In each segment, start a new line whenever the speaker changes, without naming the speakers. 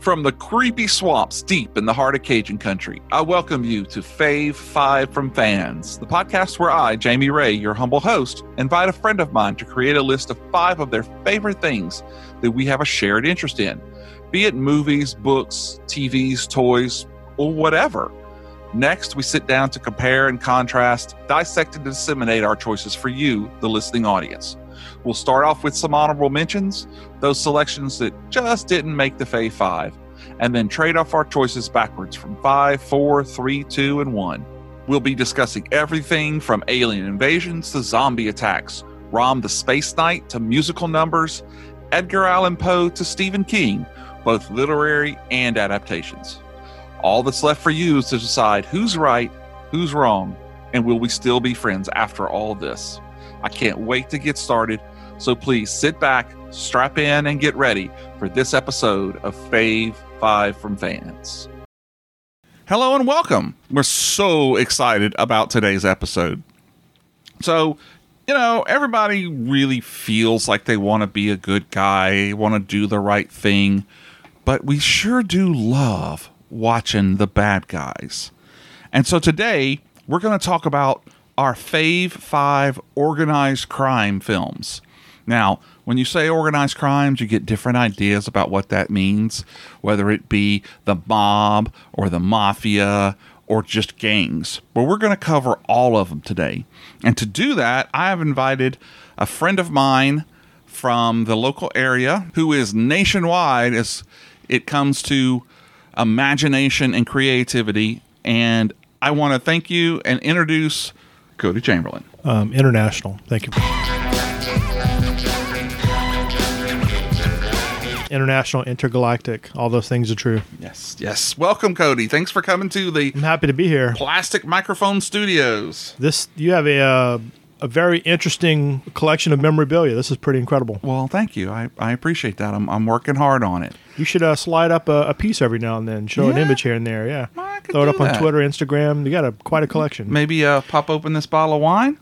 From the creepy swamps deep in the heart of Cajun country, I welcome you to Fave Five from Fans, the podcast where I, Jamie Ray, your humble host, invite a friend of mine to create a list of five of their favorite things that we have a shared interest in, be it movies, books, TVs, toys, or whatever. Next, we sit down to compare and contrast, dissect and disseminate our choices for you, the listening audience. We'll start off with some honorable mentions, those selections that just didn't make the Fay 5, and then trade off our choices backwards from 5, 4, 3, 2, and 1. We'll be discussing everything from alien invasions to zombie attacks, Rom the Space Knight to musical numbers, Edgar Allan Poe to Stephen King, both literary and adaptations. All that's left for you is to decide who's right, who's wrong, and will we still be friends after all this? I can't wait to get started. So please sit back, strap in, and get ready for this episode of Fave 5 from Fans. Hello and welcome. We're so excited about today's episode. So, you know, everybody really feels like they want to be a good guy, want to do the right thing, but we sure do love watching the bad guys. And so today, we're going to talk about our fave five organized crime films. Now, when you say organized crimes, you get different ideas about what that means, whether it be the mob or the mafia or just gangs. But we're going to cover all of them today. And to do that, I have invited a friend of mine from the local area who is nationwide as it comes to imagination and creativity. And I want to thank you and introduce Cody Chamberlain.
um, international. Thank you. International, intergalactic, all those things are true.
Yes, yes. Welcome, Cody. Thanks for coming to the
I'm happy to be here.
Plastic Microphone Studios.
This you have a uh, a very interesting collection of memorabilia. This is pretty incredible.
Well, thank you. I, I appreciate that. I'm, I'm working hard on it.
You should uh, slide up a, a piece every now and then, show an
Yeah.
image here and there. Yeah,
I could
throw it
do
up on
that.
Twitter, Instagram. You got a quite a collection.
Maybe uh, pop open this bottle of wine.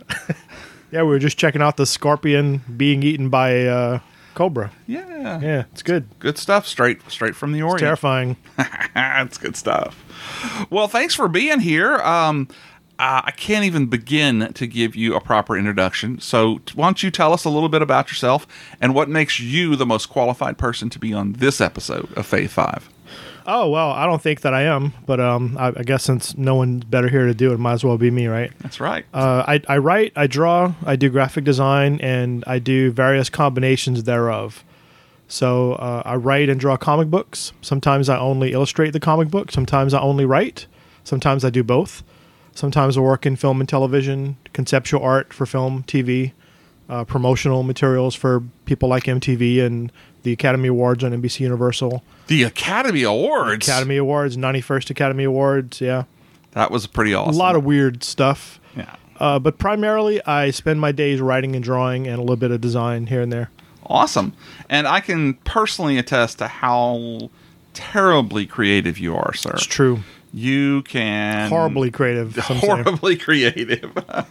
Yeah, we were just checking out the scorpion being eaten by a uh, cobra.
Yeah.
Yeah, it's good.
Good stuff. Straight straight from the Orient.
Terrifying.
Ah, That's good stuff. Well, thanks for being here. Um, I I can't even begin to give you a proper introduction. So, t- why don't you tell us a little bit about yourself and what makes you the most qualified person to be on this episode of Faith 5?
Oh well, I don't think that I am, but um, I, I guess since no one's better here to do it, might as well be me, right?
That's right.
Uh, I, I write, I draw, I do graphic design, and I do various combinations thereof. So uh, I write and draw comic books. Sometimes I only illustrate the comic book. Sometimes I only write. Sometimes I do both. Sometimes I work in film and television, conceptual art for film, TV, uh, promotional materials for people like MTV and the Academy Awards on NBC Universal.
the Academy Awards.
Academy Awards, 91st Academy Awards. Yeah.
That was pretty awesome.
A lot of weird stuff.
Yeah.
Uh, but primarily, I spend my days writing and drawing and a little bit of design here and there.
Awesome. And I can personally attest to how terribly creative you are, sir.
It's true.
You can
Horribly creative. Some say.
horribly creative. um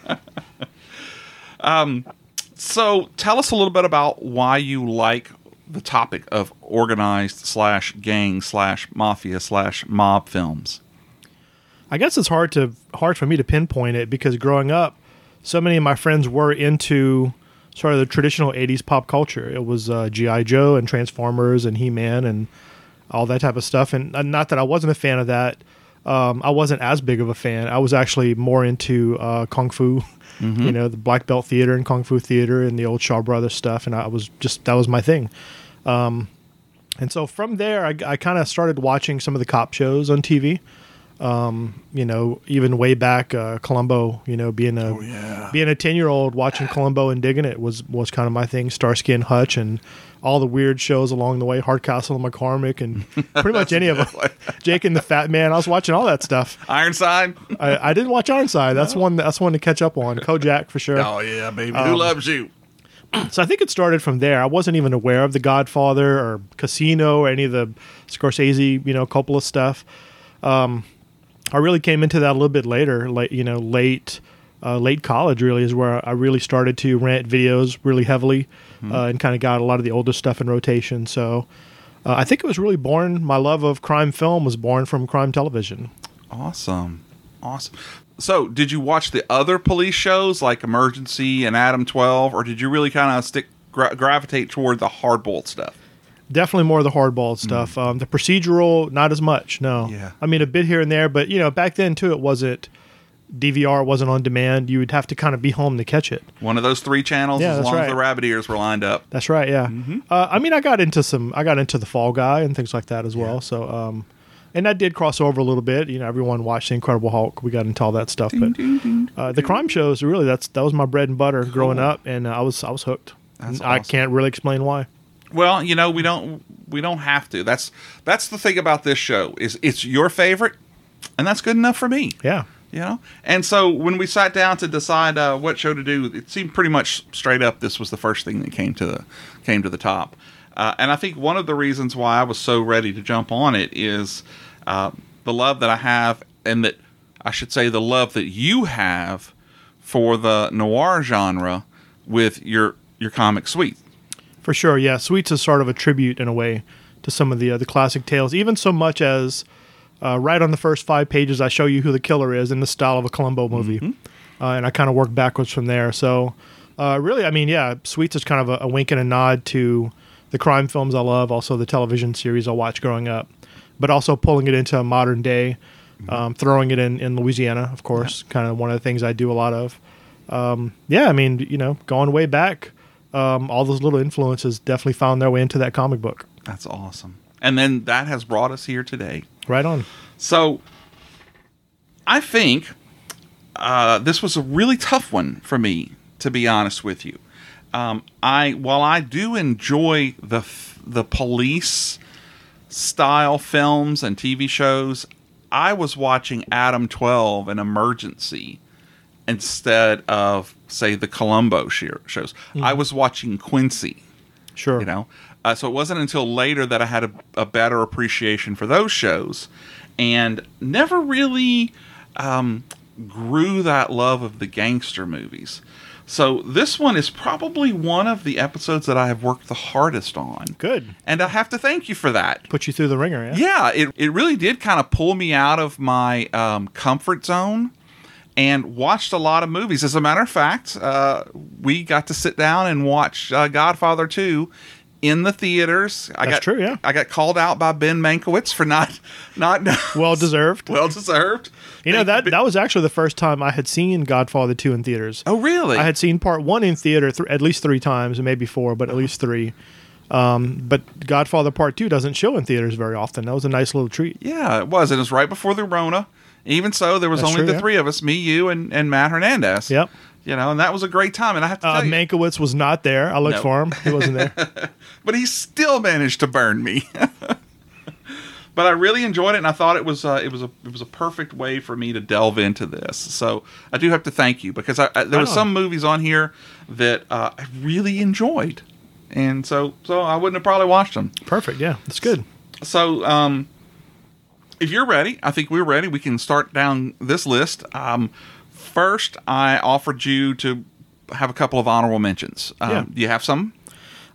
so tell us a little bit about why you like the topic of organized slash gang slash mafia slash mob films.
I guess it's hard to hard for me to pinpoint it because growing up, so many of my friends were into sort of the traditional '80s pop culture. It was uh, GI Joe and Transformers and He Man and all that type of stuff. And uh, not that I wasn't a fan of that. Um, I wasn't as big of a fan. I was actually more into uh, kung fu, you know, the black belt theater and kung fu theater and the old Shaw Brothers stuff. And I was just that was my thing. And so from there, I, I kind of started watching some of the cop shows on TV. Um, you know, even way back, uh, Columbo. You know, being a being a ten year old watching Columbo and digging it was was kind of my thing. Starsky and Hutch and all the weird shows along the way, Hardcastle and McCormick, and pretty much any of them. Jake and the Fat Man. I was watching all that stuff.
Ironside?
I, I didn't watch Ironside. That's one. That's one to catch up on. Kojak for sure.
Oh yeah, baby.
Um,
Who loves you?
So I think it started from there. I wasn't even aware of The Godfather or Casino or any of the Scorsese, you know, Coppola stuff. Um, I really came into that a little bit later, like you know, late uh, late college really is where I really started to rent videos really heavily uh, and kind of got a lot of the older stuff in rotation. So Uh, I think it was really born. My love of crime film was born from crime television.
Awesome. Awesome. So, did you watch the other police shows like Emergency and Adam 12, or did you really kind of stick gra- gravitate toward the hardboiled stuff?
Definitely more of the hardball stuff. Um, the procedural, not as much. No.
Mm. Yeah.
I mean, a bit here and there, but you know, back then too, it wasn't DVR wasn't on demand. You would have to kind of be home to catch it.
One of those three channels,
Yeah,
as
that's
long as
right.
the rabbit ears were lined up.
That's right. Yeah.
Mm-hmm.
Uh, I mean, I got into some. I got into the Fall Guy and things like that as well. So, um, and I did cross over a little bit. You know, everyone watched The Incredible Hulk. We got into all that stuff, but uh, the crime shows really that's that was my bread and butter growing up, and I was I was hooked.
That's
I
awesome.
can't really explain why.
Well, you know, we don't we don't have to. That's that's the thing about this show is it's your favorite, and that's good enough for me.
Yeah.
You know, and so when we sat down to decide uh, what show to do, it seemed pretty much straight up. This was the first thing that came to the came to the top, uh, and I think one of the reasons why I was so ready to jump on it is uh, the love that I have, and that I should say the love that you have for the noir genre with your your comic suite.
For sure, yeah. Sweets is sort of a tribute in a way to some of the uh, the classic tales, even so much as uh, right on the first five pages, I show you who the killer is in the style of a Columbo movie, uh, and I kind of work backwards from there. So, uh, really, I mean, yeah, Sweets is kind of a, a wink and a nod to the crime films I love, also the television series I watched growing up, but also pulling it into modern day, um, throwing it in in Louisiana, of course, kind of one of the things I do a lot of yeah, I mean, you know, going way back, um, all those little influences definitely found their way into that comic book.
That's awesome. And then that has brought us here today.
Right on.
So I think uh, this was a really tough one for me, to be honest with you. Um, I while I do enjoy the f- the police style films and TV shows, I was watching Adam Twelve and Emergency instead of say the Columbo sheer- shows. I was watching Quincy
Sure.
you know uh, so it wasn't until later that i had a, a better appreciation for those shows and never really um, grew that love of the gangster movies so this one is probably one of the episodes that i have worked the hardest on
Good.
and i have to thank you for that
Put you through the ringer, yeah?
yeah, it, it really did kind of pull me out of my um, comfort zone and watched a lot of movies. As a matter of fact, uh, we got to sit down and watch uh, Godfather 2 in the theaters. I
That's
got,
true, yeah.
I got called out by Ben Mankiewicz for not, not
Well deserved.
well deserved.
you know, that
But-
that was actually the first time I had seen Godfather 2 in theaters.
oh, really?
I had seen part one in theater th- at least three times, maybe four, but at least three. Um, but Godfather Part Two doesn't show in theaters very often. That was a nice little treat.
yeah, it was. It was right before the Rona. Even so, there was
That's
only
true,
the
yeah.
three of us me, you, and, and Matt Hernandez.
Yep.
You know, and that was a great time. And I have to
Uh,
tell you,
Mankiewicz was not there. I looked
No.
for him. He wasn't there.
but he still managed to burn me. but I really enjoyed it, and I thought it was uh, it was a it was a perfect way for me to delve into this. So I do have to thank you because I, I there were
Right on.
some movies on here that uh, I really enjoyed, and so so I wouldn't have probably watched them.
Perfect. Yeah, that's good.
So um, if you're ready, I think we're ready. We can start down this list. Um, first, I offered you to have a couple of honorable mentions. Um,
Yeah.
Do you have some?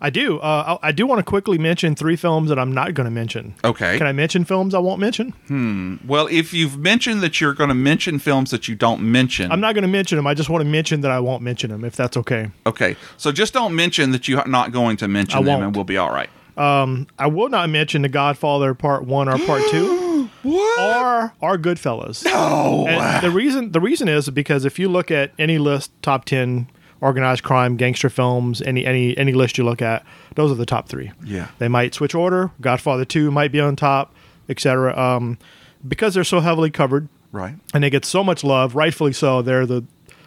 I do. Uh, I, I do want to quickly mention three films that I'm not going to mention.
Okay. Hmm.
Can I mention films I won't mention?
Well, if you've mentioned that you're going to mention films that you don't mention,
I'm not going to mention them. I just want to mention that I won't mention them, if that's okay.
okay. So just don't mention that you're not going to mention
I
them,
won't.
and we'll be all right.
I will not mention The Godfather Part One or Part Two
What?
or or Goodfellas.
Oh,
And the reason the reason is because if you look at any list, top ten organized crime, gangster films, any any any list you look at, those are the top three.
Yeah.
they might switch order. Godfather Two might be on top, etc. Um, because they're so heavily covered,
right.
and they get so much love, rightfully so. They're the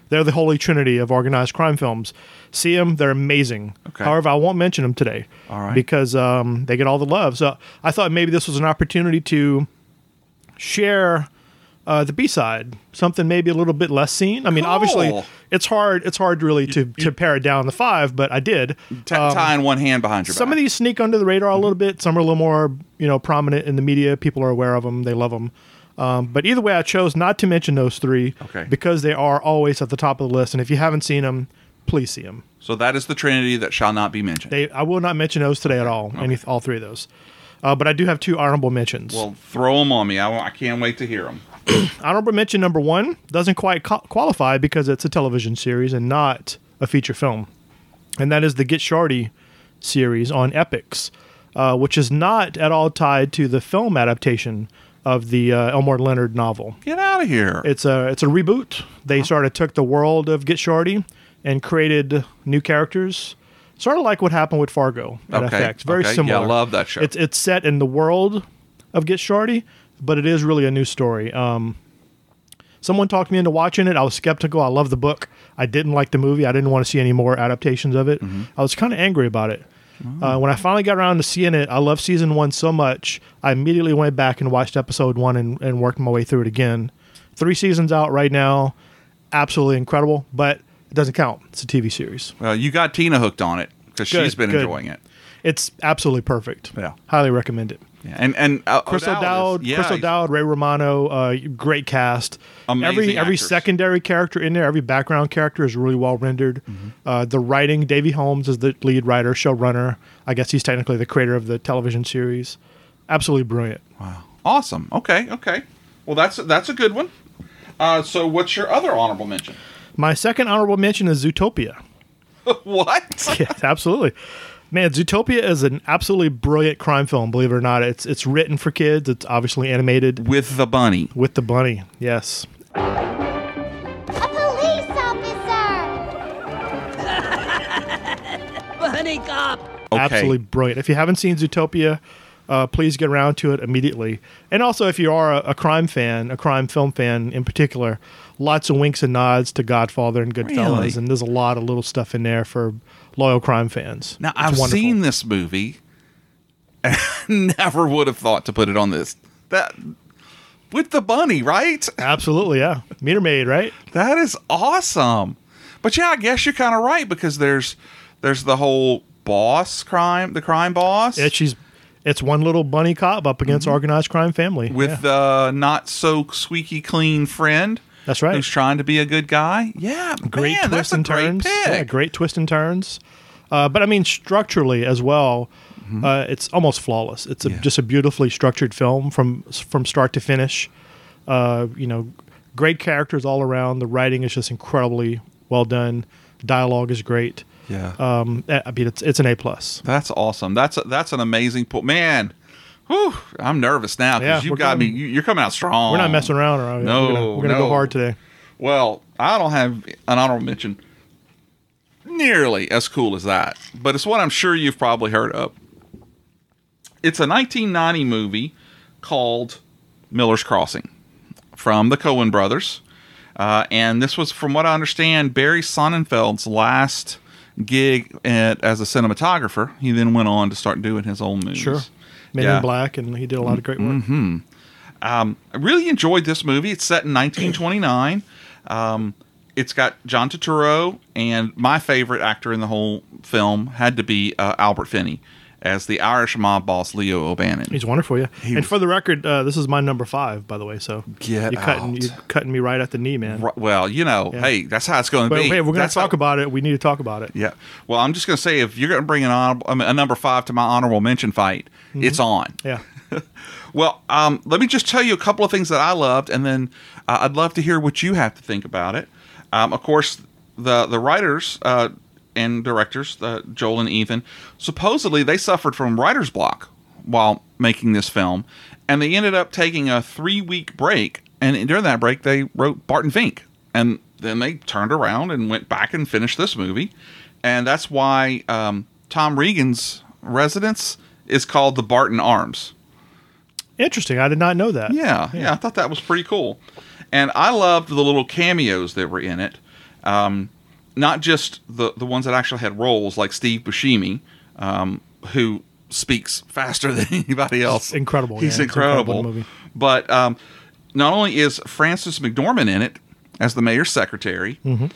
they're the holy trinity of organized crime films. See them; they're amazing.
Okay.
However, I won't mention them today,
All right.
because um, they get all the love. So I thought maybe this was an opportunity to share uh, the B side, something maybe a little bit less seen. I mean, obviously,
Cool.
it's hard. It's hard really to to pare it down to five, but I did.
T- tying one hand behind your
um, Some
back.
of these sneak under the radar a little bit. Some are a little more, you know, prominent in the media. People are aware of them. They love them. Um, but either way, I chose not to mention those three
Okay.
because they are always at the top of the list. And if you haven't seen them, please see them.
so that is the Trinity that shall not be mentioned.
They, I will not mention those today at all. Any, all three of those. Uh, but I do have two honorable mentions.
Well, throw them on me. I, I can't wait to hear them.
honorable mention number one doesn't quite co- qualify because it's a television series and not a feature film, and that is the Get Shardy series on Epics, uh, which is not at all tied to the film adaptation of the uh, Elmore Leonard novel.
Get out of here.
It's a it's a reboot. They sort of took the world of Get Shardy and created new characters, sort of like what happened with Fargo. At
Okay,
FX. very
okay. Yeah,
similar.
I love that show.
It's it's set in the world of Get Shardy, but it is really a new story. Um, someone talked me into watching it. I was skeptical. I love the book. I didn't like the movie. I didn't want to see any more adaptations of it.
Mm-hmm.
I was kind of angry about it. Uh, when I finally got around to seeing it, I loved season one so much. I immediately went back and watched episode one and, and worked my way through it again. Three seasons out right now. Absolutely incredible, but it doesn't count. It's a TV series.
well, you got Tina hooked on it because
Good,
she's been
good.
enjoying it.
It's absolutely perfect.
Yeah.
Highly recommend it.
Yeah. And and uh,
Chris
O'Dowd is-
O'Dowd,
yeah,
Chris
he's-
O'Dowd, Ray Romano, uh, great cast.
Amazing
every every
actors.
secondary character in there, every background character is really well rendered.
Mm-hmm.
Uh, the writing, Davey Holmes is the lead writer, showrunner. I guess he's technically the creator of the television series. Absolutely brilliant.
Wow. Awesome. Okay. Okay. Well, that's that's a good one. Uh, so, what's your other honorable mention?
My second honorable mention is Zootopia.
what?
yes, absolutely. Man, Zootopia is an absolutely brilliant crime film. Believe it or not, it's it's written for kids. It's obviously animated
With the bunny.
with the bunny. Yes,
A police officer!
Bunny cop.
Okay.
absolutely brilliant. If you haven't seen Zootopia, uh, please get around to it immediately. And also, if you are a, a crime fan, a crime film fan in particular, lots of winks and nods to Godfather and Goodfellas,
Really?
and there's a lot of little stuff in there for loyal crime fans.
Now
It's
I've
wonderful.
seen this movie. and Never would have thought to put it on this. That with the bunny, right?
absolutely, yeah, Meter Maid, right?
That is awesome. But yeah, I guess you're kind of right because there's there's the whole boss crime, the crime boss
It, she's it's one little bunny cop up against organized crime family
Mm-hmm. with
Yeah.
the not so squeaky clean friend.
That's right.
Who's trying to be a good guy? Yeah,
great
man, that's
twists
a
and
great
turns.
pick.
Yeah, great twists and turns. Uh, but I mean, structurally as well, uh, it's almost flawless. It's a,
Mm-hmm. Yeah.
just a beautifully structured film from from start to finish. Uh, you know, great characters all around. The writing is just incredibly well done. Dialogue is great.
Yeah.
Um, I I mean, it's it's an A plus.
That's awesome. That's that's an amazing pull, man. Whew, I'm nervous now
Yeah,
because
we're
you've got
coming-
me. you- You're coming out strong.
We're not messing around. Or
No,
we're gonna, we're gonna
no.
go hard today.
Well, I don't have an honorable mention nearly as cool as that, but it's one I'm sure you've probably heard of. It's a 1990 movie called Miller's Crossing from the Coen brothers. Uh, and this was, from what I understand, Barry Sonnenfeld's last gig at, as a cinematographer. He then went on to start doing his own movies.
Sure. Men
Yeah.
in Black, and he did a lot of great work.
I really enjoyed this movie. It's set in 1929. Um, it's got John Turturro, and my favorite actor in the whole film had to be uh, Albert Finney as the Irish mob boss Leo O'Bannon.
He's wonderful, yeah. and
was-
for the record, uh, this is my number five, by the way. So
Get
you're cutting,
out.
you're cutting me right at the knee, man.
Ri- well, you know,
Yeah.
hey, that's how it's going to
But
be.
hey, we're going
That's
to talk
how-
about it. We need to talk about it.
Yeah. Well, I'm just going to say if you're going to bring an honorable, I mean, a number five to my honorable mention fight,
Mm-hmm.
it's on.
Yeah,
Well, um, let me just tell you a couple of things that I loved, and then uh, I'd love to hear what you have to think about it. Um, of course, the the writers uh, and directors, uh, Joel and Ethan, supposedly they suffered from writer's block while making this film, and they ended up taking a three week break. And during that break, they wrote Barton Fink, and then they turned around and went back and finished this movie, and that's why um, Tom Regan's residence is called the Barton Arms.
interesting. I did not know that.
Yeah, yeah, I thought that was pretty cool, and I loved the little cameos that were in it. Um, not just the the ones that actually had roles, like Steve Buscemi, um, who speaks faster than anybody else.
incredible,
He's
yeah, it's an
incredible.
incredible movie.
But um, not only is Francis McDormand in it as the mayor's secretary.
Mm-hmm.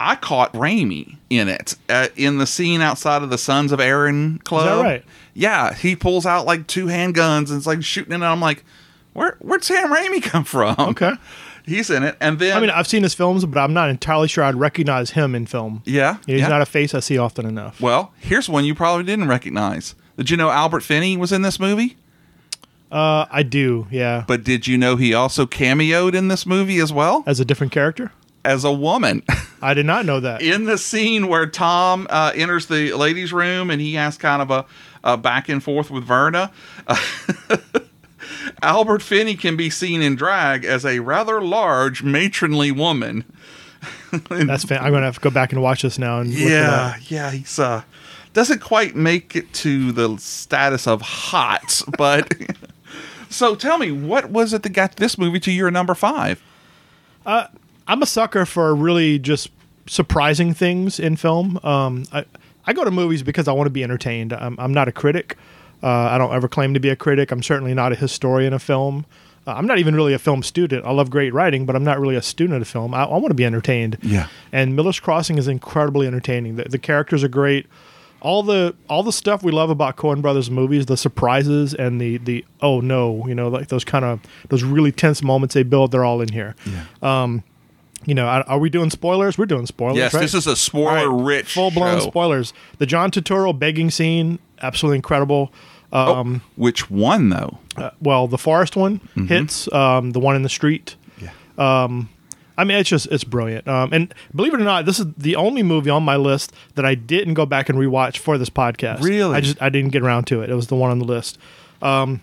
I caught Raimi in it uh, in the scene outside of the Sons of Aaron club.
right?
Yeah, he pulls out like two handguns and it's like shooting it. And I'm like, where where'd Sam Raimi come from?
Okay.
he's in it. And then
I mean, I've seen his films, but I'm not entirely sure I'd recognize him in film.
yeah,
he's
yeah.
not a face I see often enough.
well, here's one you probably didn't recognize. Did you know Albert Finney was in this movie?
Uh, I do, yeah.
But did you know he also cameoed in this movie as well
As a different character?
as a woman?
I did not know that.
in the scene where Tom uh, enters the ladies' room and he has kind of a, a back and forth with Verna, Albert Finney can be seen in drag as a rather large matronly woman.
That's fan- I'm gonna have to go back and watch this now. And look it
yeah,
up.
yeah, he's uh doesn't quite make it to the status of hot, but so tell me, what was it that got this movie to your number five?
I'm a sucker for really just surprising things in film. Um, I I go to movies because I want to be entertained. I'm I'm not a critic. Uh, I don't ever claim to be a critic. I'm certainly not a historian of film. Uh, I'm not even really a film student. I love great writing, but I'm not really a student of film. I, I want to be entertained.
Yeah.
And Miller's Crossing is incredibly entertaining. The, the characters are great. All the all the stuff we love about Coen Brothers movies, the surprises and the the oh no, you know, like those kind of those really tense moments they build, they're all in here. Yeah. Um, you know, are, are we doing spoilers? We're doing spoilers.
Yes,
right?
this is a spoiler rich,
full blown
show.
spoilers. The John Turturro begging scene, absolutely incredible. Um,
Which one though?
uh, well, the forest one hits um, the one in the street.
Mm-hmm.
Um,
Yeah.
I mean, it's just it's brilliant. Um, and believe it or not, this is the only movie on my list that I didn't go back and rewatch for this podcast.
Really?
I just I didn't get around to it. It was the one on the list. Um,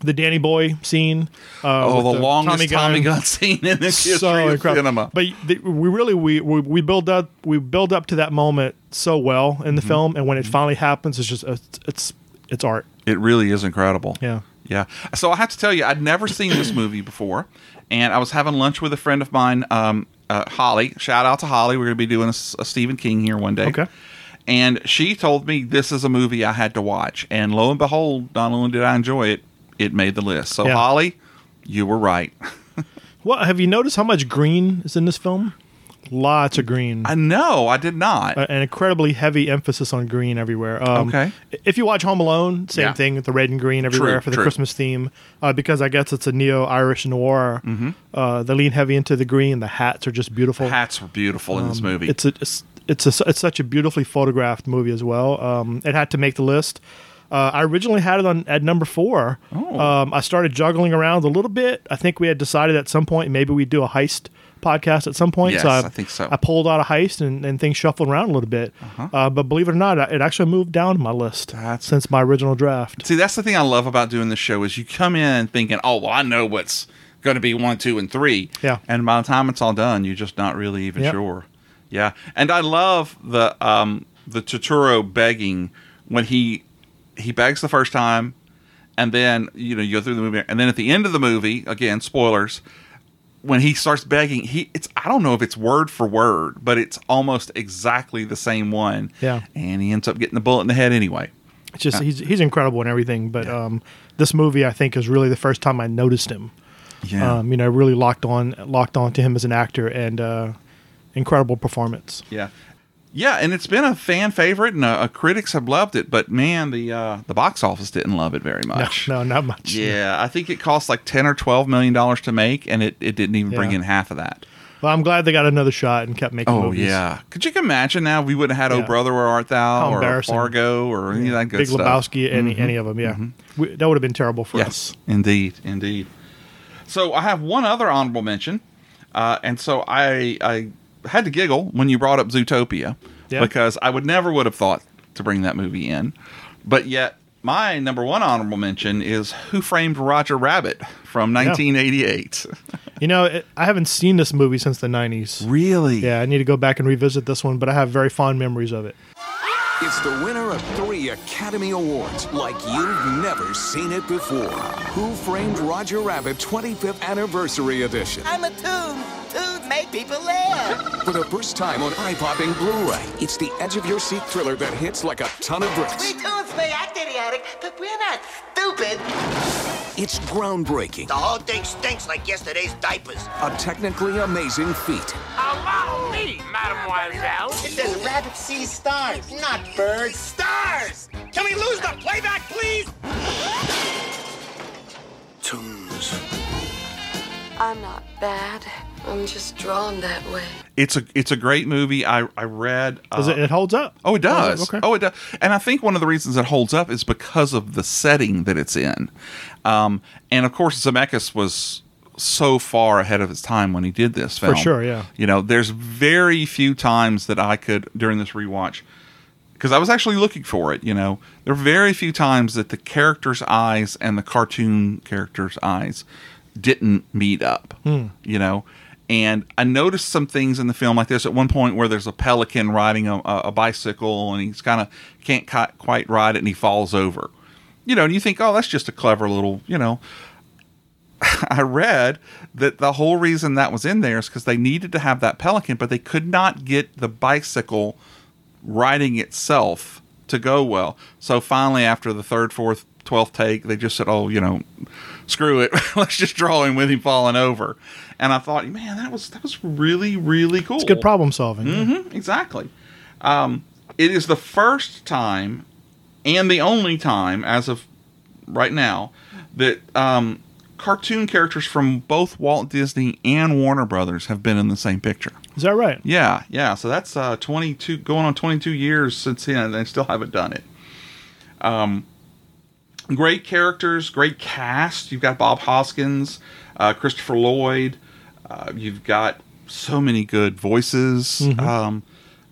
the Danny Boy scene. Uh,
Oh,
with
the, longest
Tommy
Tommy
gun.
Gun, scene in the history
so
of
incredible.
cinema.
But the, we really we, we we build up we build up to that moment so well in the
Mm-hmm.
film, and when it finally happens, it's just it's it's, it's art.
It really is incredible.
Yeah.
Yeah. So I have to tell you, I'd never seen this movie before. And I was having lunch with a friend of mine, um, uh, Holly. Shout out to Holly. We're going to be doing a, s- a Stephen King here one day.
Okay.
And she told me this is a movie I had to watch. And lo and behold, not only did I enjoy it, it made the list. So,
Yeah.
Holly, you were right.
What have you noticed? How much green is in this film? Lots of green.
I know, I did not.
an incredibly heavy emphasis on green everywhere. Um,
Okay.
If you watch Home Alone, same
Yeah.
thing with the red and green everywhere for the
true.
Christmas theme, uh, because I guess it's a neo Irish noir. Uh, they lean heavy into the green. The hats are just beautiful.
Mm-hmm. Hats were beautiful in this movie.
Um, It's a it's it's, a, it's such a beautifully photographed movie as well. Um, it had to make the list. Uh, I originally had it on at number four.
Oh.
Um, I started juggling around a little bit. I think we had decided at some point maybe we'd do a heist podcast at some point.
Yes, I think so. Uh-huh.
I pulled out a heist and, and things shuffled around a little bit. Uh, but believe it or not, it actually moved down my list
That's-
since my original draft.
See, that's the thing I love about doing this show is you come in thinking, oh, well, I know what's going to be one, two, and three.
Yeah.
And by the time it's all done, you're just not really even
Yep.
sure. Yeah. And I love the um, the Totoro begging when he he begs the first time, and then you know you go through the movie, and then at the end of the movie, again, spoilers. When he starts begging, he it's I don't know if it's word for word, but it's almost exactly the same one.
Yeah.
And he ends up getting the bullet in the head anyway.
It's
uh,
just he's he's incredible and everything. But um, this movie, I think, is really the first time I noticed him.
Yeah.
um, you know, really locked on, locked on to him as an actor, and uh, incredible performance.
Yeah. Yeah, and it's been a fan favorite, and uh, critics have loved it. But man, the uh, the box office didn't love it very
No,
much.
no, not much.
Yeah, I think it cost like ten or twelve million dollars to make, and it, it didn't even bring
Yeah.
in half of that.
Well, I'm glad they got another shot and kept making
Oh
movies.
yeah, could you imagine now? if We would have had Oh
Yeah.
Brother Where Art Thou
How
or
embarrassing.
Fargo or any of that good
Big
stuff. Mm-hmm.
Lebowski, any any of them. Yeah, we, that would have been terrible for
Yes,
us.
indeed, indeed. So I have one other honorable mention, uh, and so I I had to giggle when you brought up Zootopia
Yeah.
because I would never would have thought to bring that movie in, but yet my number one honorable mention is Who Framed Roger Rabbit from 1988.
You know, it, I haven't seen this movie since the '90s.
Really?
Yeah, I need to go back and revisit this one, but I have very fond memories of it.
It's the winner of three Academy Awards like you've never seen it before. Who Framed Roger Rabbit 25th Anniversary Edition.
I'm a tune. Tunes make people laugh.
For the first time on eye-popping Blu-ray, it's the edge-of-your-seat thriller that hits like a ton of
We
bricks.
tunes may act idiotic, but we're not stupid.
It's groundbreaking,
The whole thing stinks like yesterday's diapers.
a technically amazing feat,
Allow me, mademoiselle.
It says rabbit sees stars, not birds. Stars! Can we lose the playback, please?
I'm not bad. I'm just drawn that way.
It's a it's a great movie. I I read. Uh,
Does it, it holds up?
Oh, it does.
Okay.
Oh, it does. And I think one of the reasons it holds up is because of the setting that it's in. Um, and of course, Zemeckis was so far ahead of his time when he did this film.
sure, yeah.
You know, there's very few times that I could during this rewatch because I was actually looking for it. You know, there are very few times that the character's eyes and the cartoon character's eyes didn't meet up. You know, and I noticed some things in the film like this at one point where there's a pelican riding a, a a bicycle and he's kind of can't ki- quite ride it and he falls over. You know, and you think, oh, that's just a clever little, you know. I read that the whole reason that was in there is because they needed to have that pelican, but they could not get the bicycle writing itself to go well. So finally, after the third, fourth, twelfth take, they just said, "Oh, you know, screw it. Let's just draw him with him falling over." And I thought, man, that was that was really really cool. Mm-hmm.
It's good problem solving.
Exactly. Um, it is the first time and the only time, as of right now, that um, cartoon characters from both Walt Disney and Warner Brothers have been in the same picture.
Is that right?
Yeah, yeah. So that's uh, 22, going on 22 years since then, and they still haven't done it. Um, great characters, great cast. You've got Bob Hoskins, uh, Christopher Lloyd. Uh, you've got so many good voices. Um,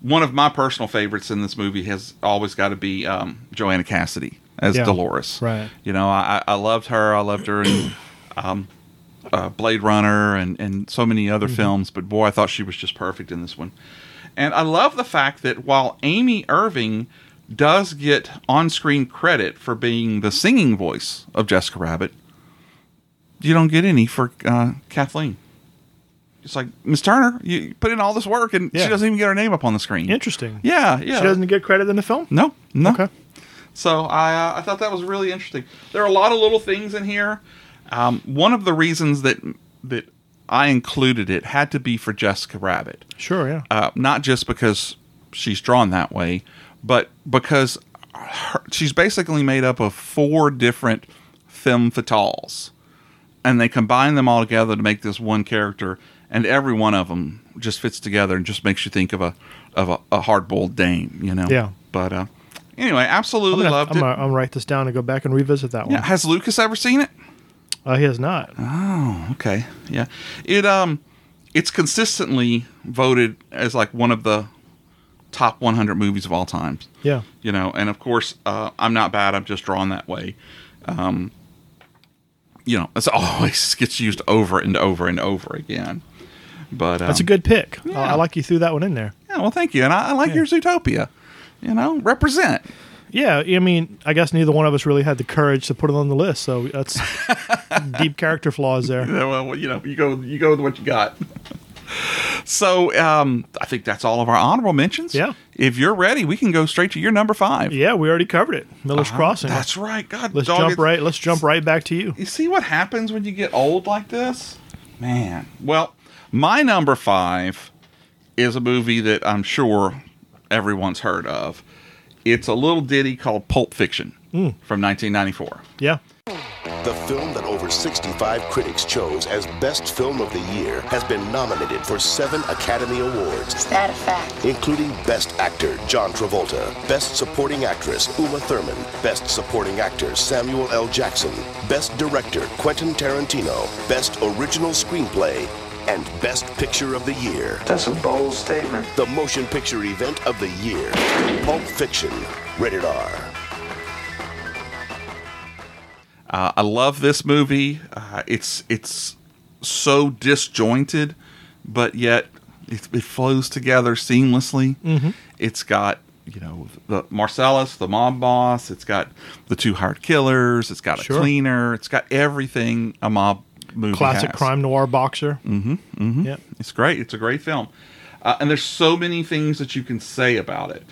one of my personal favorites in this movie has always got to be um, Joanna Cassidy as
Yeah.
Dolores.
Right.
You know, I, I I loved her. I loved her in um, uh, Blade Runner and, and so many other
Mm-hmm.
films, but boy, I thought she was just perfect in this one. And I love the fact that while Amy Irving does get on screen credit for being the singing voice of Jessica Rabbit, you don't get any for uh, Kathleen. It's like Miss Turner, you put in all this work and
Yeah.
she doesn't even get her name up on the screen.
Interesting.
Yeah, yeah.
She doesn't get credit in the film.
No, no.
Okay.
So I, uh, I thought that was really interesting. There are a lot of little things in here. Um, one of the reasons that that I included it had to be for Jessica Rabbit,
Sure. Yeah.
uh, not just because she's drawn that way, but because her, she's basically made up of four different femme fatales, and they combine them all together to make this one character. And every one of them just fits together and just makes you think of a of a, a hard boiled dame, you know.
Yeah.
But uh, anyway, absolutely
I'm gonna,
loved
I'm
it.
gonna- I'm gonna write this down and go back and revisit that one.
Yeah, has Lucas ever seen it?
Uh, he has not.
Okay, yeah, it um, it's consistently voted as like one of the top 100 movies of all time.
Yeah.
You know, and of course, uh, I'm not bad. I'm just drawn that way. Um, you know, it's always gets used over and over and over again. But um,
That's a good pick. I- I,
yeah.
like you threw that one in there.
Yeah, well, thank you, and I, I like your Zootopia. You know, represent.
Yeah, I mean, I guess neither one of us really had the courage to put it on the list, so that's deep character flaws there.
Yeah, well, you know, you go, you go with what you got. so, um, I think that's all of our honorable mentions.
Yeah.
If you're ready, we can go straight to your number five.
Yeah, we already covered it. Miller's Crossing.
Uh-huh. That's right. God,
let's
dog,
jump
it's-
right. Let's jump right back to you.
You see what happens when you get old like this, man. Well, my number five is a movie that I'm sure everyone's heard of. It's a little ditty called Pulp Fiction from 1994.
Yeah,
The film that over 65 critics chose as Best Film of the Year has been nominated for seven Academy Awards,
Is that a fact?
including Best Actor John Travolta, Best Supporting Actress Uma Thurman, Best Supporting Actor Samuel L. Jackson, Best Director Quentin Tarantino, Best Original Screenplay, and Best Picture of the Year.
That's a bold statement.
The motion picture event of the year Pulp Fiction, rated R.
Uh, I love this movie. Uh, it's it's so disjointed, but yet it, it flows together seamlessly.
Mm-hmm.
It's got you know the Marcellus, the mob boss. It's got the two hired killers. It's got a
Sure.
cleaner. It's got everything a mob movie.
classic
has.
crime noir boxer. Mm-hmm. mm-hmm. Yeah,
It's great. It's a great film. Uh, and there's so many things that you can say about it.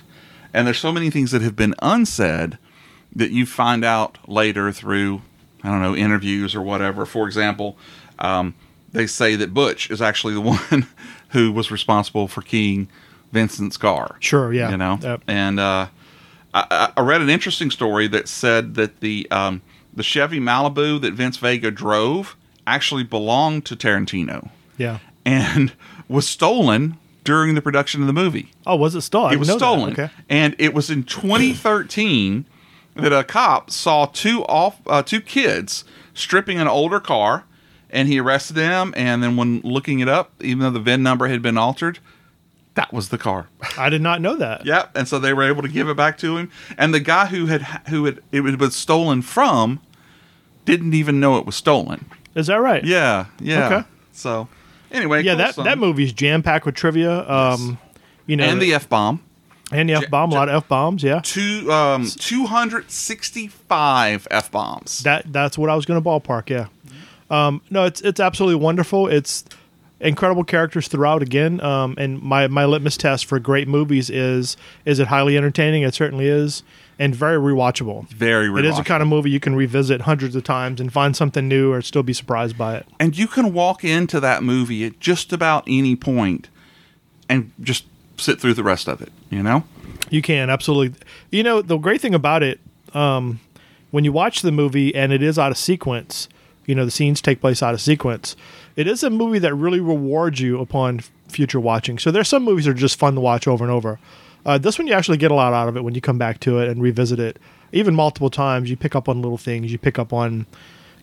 And there's so many things that have been unsaid that you find out later through, I don't know, interviews or whatever. For example, um, they say that Butch is actually the one who was responsible for keying Vincent's car.
Sure, yeah.
You know?
Yep.
And uh, I- I, I read an interesting story that said that the, um, the Chevy Malibu that Vince Vega drove actually belonged to Tarantino
yeah.
and was stolen during the production of the movie.
Oh, was it stolen? I
It was
didn't know that.
stolen.
Okay.
And it was in 2013 that a cop saw two off uh, two kids stripping an older car, and he arrested them. And then when looking it up, even though the VIN number had been altered, that was the car.
I did not know that.
yep. And so they were able to give it back to him. And the guy who had who had it was stolen from didn't even know it was stolen.
Is that right?
Yeah. Yeah.
Okay.
So anyway,
Yeah,
cool
that,
song.
that movie's jam packed with trivia. Um, you know,
and the uh, F bomb.
and the F bomb, a lot of F bombs. Yeah,
two um 265 f bombs.
that that's what I was going to ballpark. Yeah, um, no, it's it's absolutely wonderful. It's incredible characters throughout again. Um, and my my litmus test for great movies is is it highly entertaining? It certainly is, and very rewatchable.
Very
It is the
rewatchable.
kind of movie you can revisit hundreds of times and find something new or still be surprised by it.
And you can walk into that movie at just about any point and just sit through the rest of it, you know?
You can absolutely. You know the great thing about it, um, when you watch the movie and it is out of sequence, you know the scenes take place out of sequence. It is a movie that really rewards you upon f- future watching. So there's some movies that are just fun to watch over and over. Uh, this one you actually get a lot out of it when you come back to it and revisit it, even multiple times. You pick up on little things. You pick up on,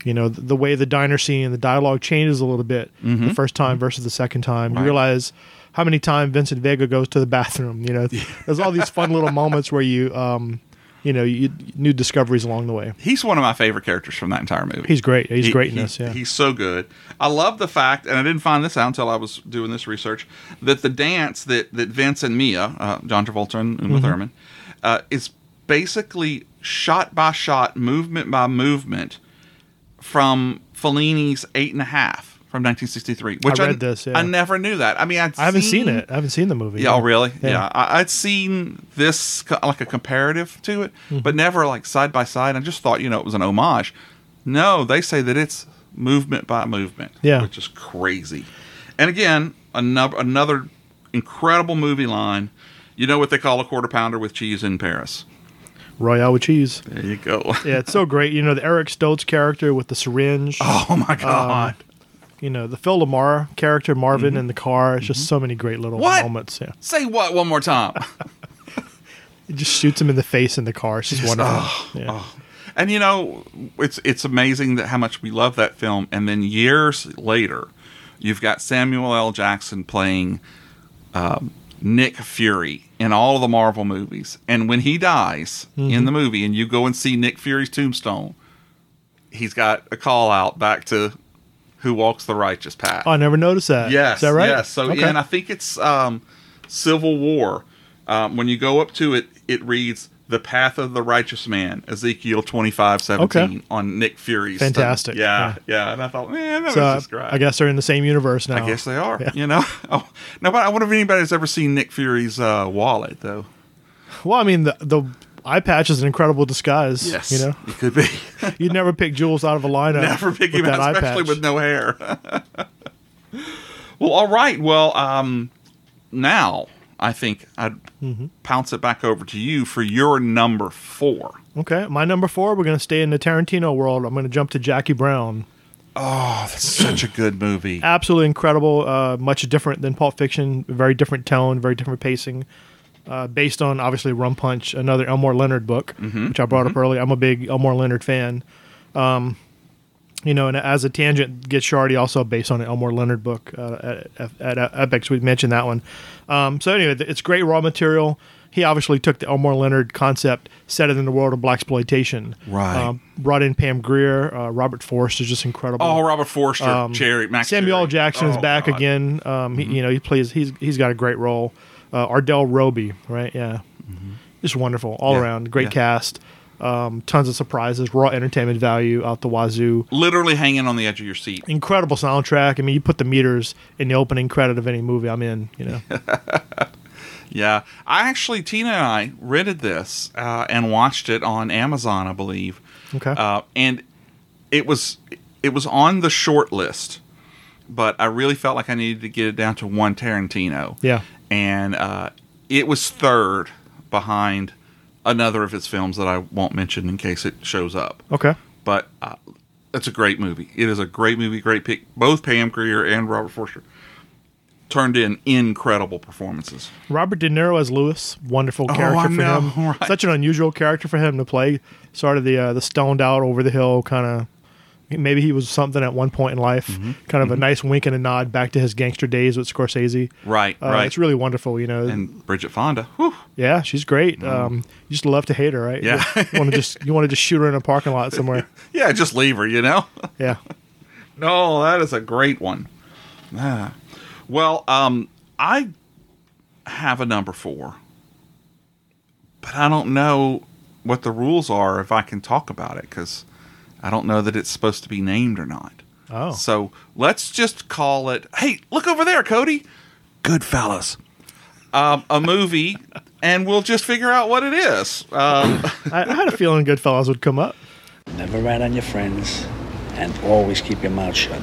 you know, the, the way the diner scene and the dialogue changes a little bit the first time versus the second time. You realize how many times Vincent Vega goes to the bathroom. You know, there's all these fun little moments where you, um, you know, you new discoveries along the way.
He's one of my favorite characters from that entire movie.
He's great. He's great in this.
he-
Yeah.
He's so good. I love the fact, and I didn't find this out until I was doing this research, that the dance that, that Vince and Mia, uh, John Travolta and
Mm-hmm.
Uma Thurman, uh, is basically shot by shot, movement by movement from Fellini's Eight and a Half from 1963. Which
read this, yeah.
I never knew that. I mean, I'd
I haven't seen it. I haven't seen the movie.
Yeah, oh, really?
Yeah.
Yeah, I, I'd seen this co- like a comparative to it,
Hmm.
but never like side by side. I just thought you know it was an homage. No, they say that it's movement by movement.
Yeah.
which is crazy. And again, another another incredible movie line. You know what they call a quarter pounder with cheese in Paris?
Royale with cheese.
There you go.
Yeah, it's so great. You know, the Eric Stoltz character with the syringe.
Oh
Uh,
my god!
You know, the Phil Lamar character, Marvin in the car. It's just so many great little
Mm-hmm. What?
moments. Yeah.
Say what one more time?
It just shoots him in the face in the car. It's just wonderful.
oh,
yeah.
And you know, it's it's amazing that how much we love that film. And then years later, you've got Samuel L. Jackson playing um, Nick Fury in all of the Marvel movies. And when he dies in the movie, and you go and see Nick Fury's tombstone, he's got a call out back to "Who Walks the Righteous Path."
Oh, I never noticed that.
Yes.
Is that right?
Yes. So, and I think it's um, Civil War. Um, when you go up to it, it reads "The Path of the Righteous Man," Ezekiel twenty-five seventeen
Okay.
on Nick Fury's.
Fantastic.
thing. Yeah, yeah, And I thought, man, that
So, uh,
was just great.
I guess they're in the same universe now.
I guess they are. You know. Oh, no, but I wonder if anybody's ever seen Nick Fury's uh, wallet though.
Well, I mean, the, the eye patch is an incredible disguise.
Yes.
You know,
it could be.
you'd never pick Jules out of a lineup.
Never pick him
with that
out,
eye
especially
patch.
with no hair. well, all right. Well, um, now I think I'd
Mm-hmm.
pounce it back over to you for your number four.
Okay, my number four. We're going to stay in the Tarantino world. I'm going to jump to Jackie Brown.
Oh, that's such a good movie.
Absolutely incredible. Uh, much different than Pulp Fiction. Very different tone. Very different pacing. Uh, based on obviously Rum Punch, another Elmore Leonard book,
Mm-hmm.
which I brought up earlier. I'm a big Elmore Leonard fan. Um, you know, and as a tangent, Get Shardy also based on an Elmore Leonard book uh, at, at, at Epics. We mentioned that one. Um, so anyway, th- it's great raw material. He obviously took the Elmore Leonard concept, set it in the world of black exploitation.
Right.
brought in Pam Grier, uh, Robert Forrest is just incredible.
Oh, Robert Forster, Cherry, Max
Um, Samuel L.
Cherry.
Jackson is
Oh,
back
God. Mm-hmm.
again. Um, he, you know, he plays. He's he's got a great role. Uh, Ardell Roby, right? Yeah, just wonderful all
Mm-hmm. Yeah,
around. Great
yeah.
cast. Um, tons of surprises. Raw entertainment value out the wazoo
Literally hanging on the edge of your seat.
incredible soundtrack. I mean, you put the meters in the opening credit of any movie I'm in. You know,
Yeah. I actually, Tina and I rented this uh, and watched it on Amazon, I believe.
Okay.
Uh, and it was it was on the short list, but I really felt like I needed to get it down to one Tarantino.
Yeah.
And uh, it was third behind another of his films that I won't mention in case it shows up.
okay,
But uh, it's a great movie. It is a great movie, great pick. Both Pam Grier and Robert Forster turned in incredible performances.
Robert De Niro as Lewis, wonderful
Oh,
character
I
for
know,
him.
right.
Such an unusual character for him to play. Sort of the uh, the stoned out, over the hill kind of. Maybe he was something at one point in life.
Mm-hmm.
Kind of a nice wink and a nod back to his gangster days with Scorsese.
Right,
Uh,
right.
It's really wonderful, you know.
and Bridget Fonda. Whew.
yeah, she's great. Um, you just love to hate her, right?
Yeah.
you want to just you want to just shoot her in a parking lot somewhere.
Yeah, just leave her, you know?
Yeah.
no, that is a great one. Ah. Well, um, I have a number four, but I don't know what the rules are if I can talk about it because I don't know that it's supposed to be named or not.
Oh.
So let's just call it. Hey, look over there, Cody. Goodfellas. Um, a movie, and we'll just figure out what it is. Um,
I, I had a feeling Goodfellas would come up.
Never rat on your friends and always keep your mouth shut.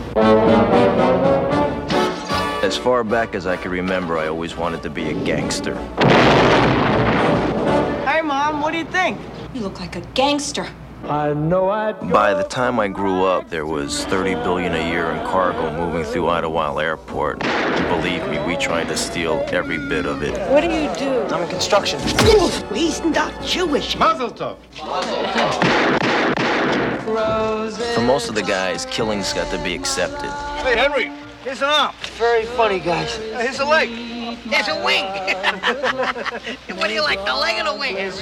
As far back as I can remember, I always wanted to be a gangster.
Hey, Mom, what do you think?
You look like a gangster.
By the time I grew up, there was 30 billion a year in cargo moving through Idlewild Airport. Believe me, we tried to steal every bit of it.
What do you do?
I'm in construction.
He's not Jewish.
For most of the guys, killing's got to be accepted.
Hey, Henry, here's an arm.
Very funny, guys.
Uh, Here's a leg. Here's a wing. what do you like, the leg or the wing?
I had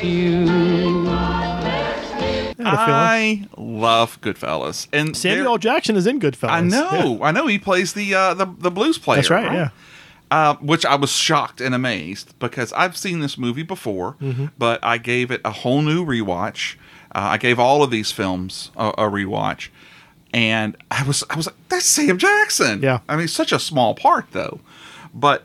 a feeling.
I love Goodfellas, and
Samuel
there-
L. Jackson is in Goodfellas.
I
Yeah.
know, I know. He plays the uh, the the blues player.
That's right. Yeah.
Uh, which I was shocked and amazed because I've seen this movie before,
Mm-hmm.
but I gave it a whole new rewatch. Uh, I gave all of these films a, a rewatch, and I was I was like, that's Sam Jackson.
Yeah.
I mean, such a small part though, but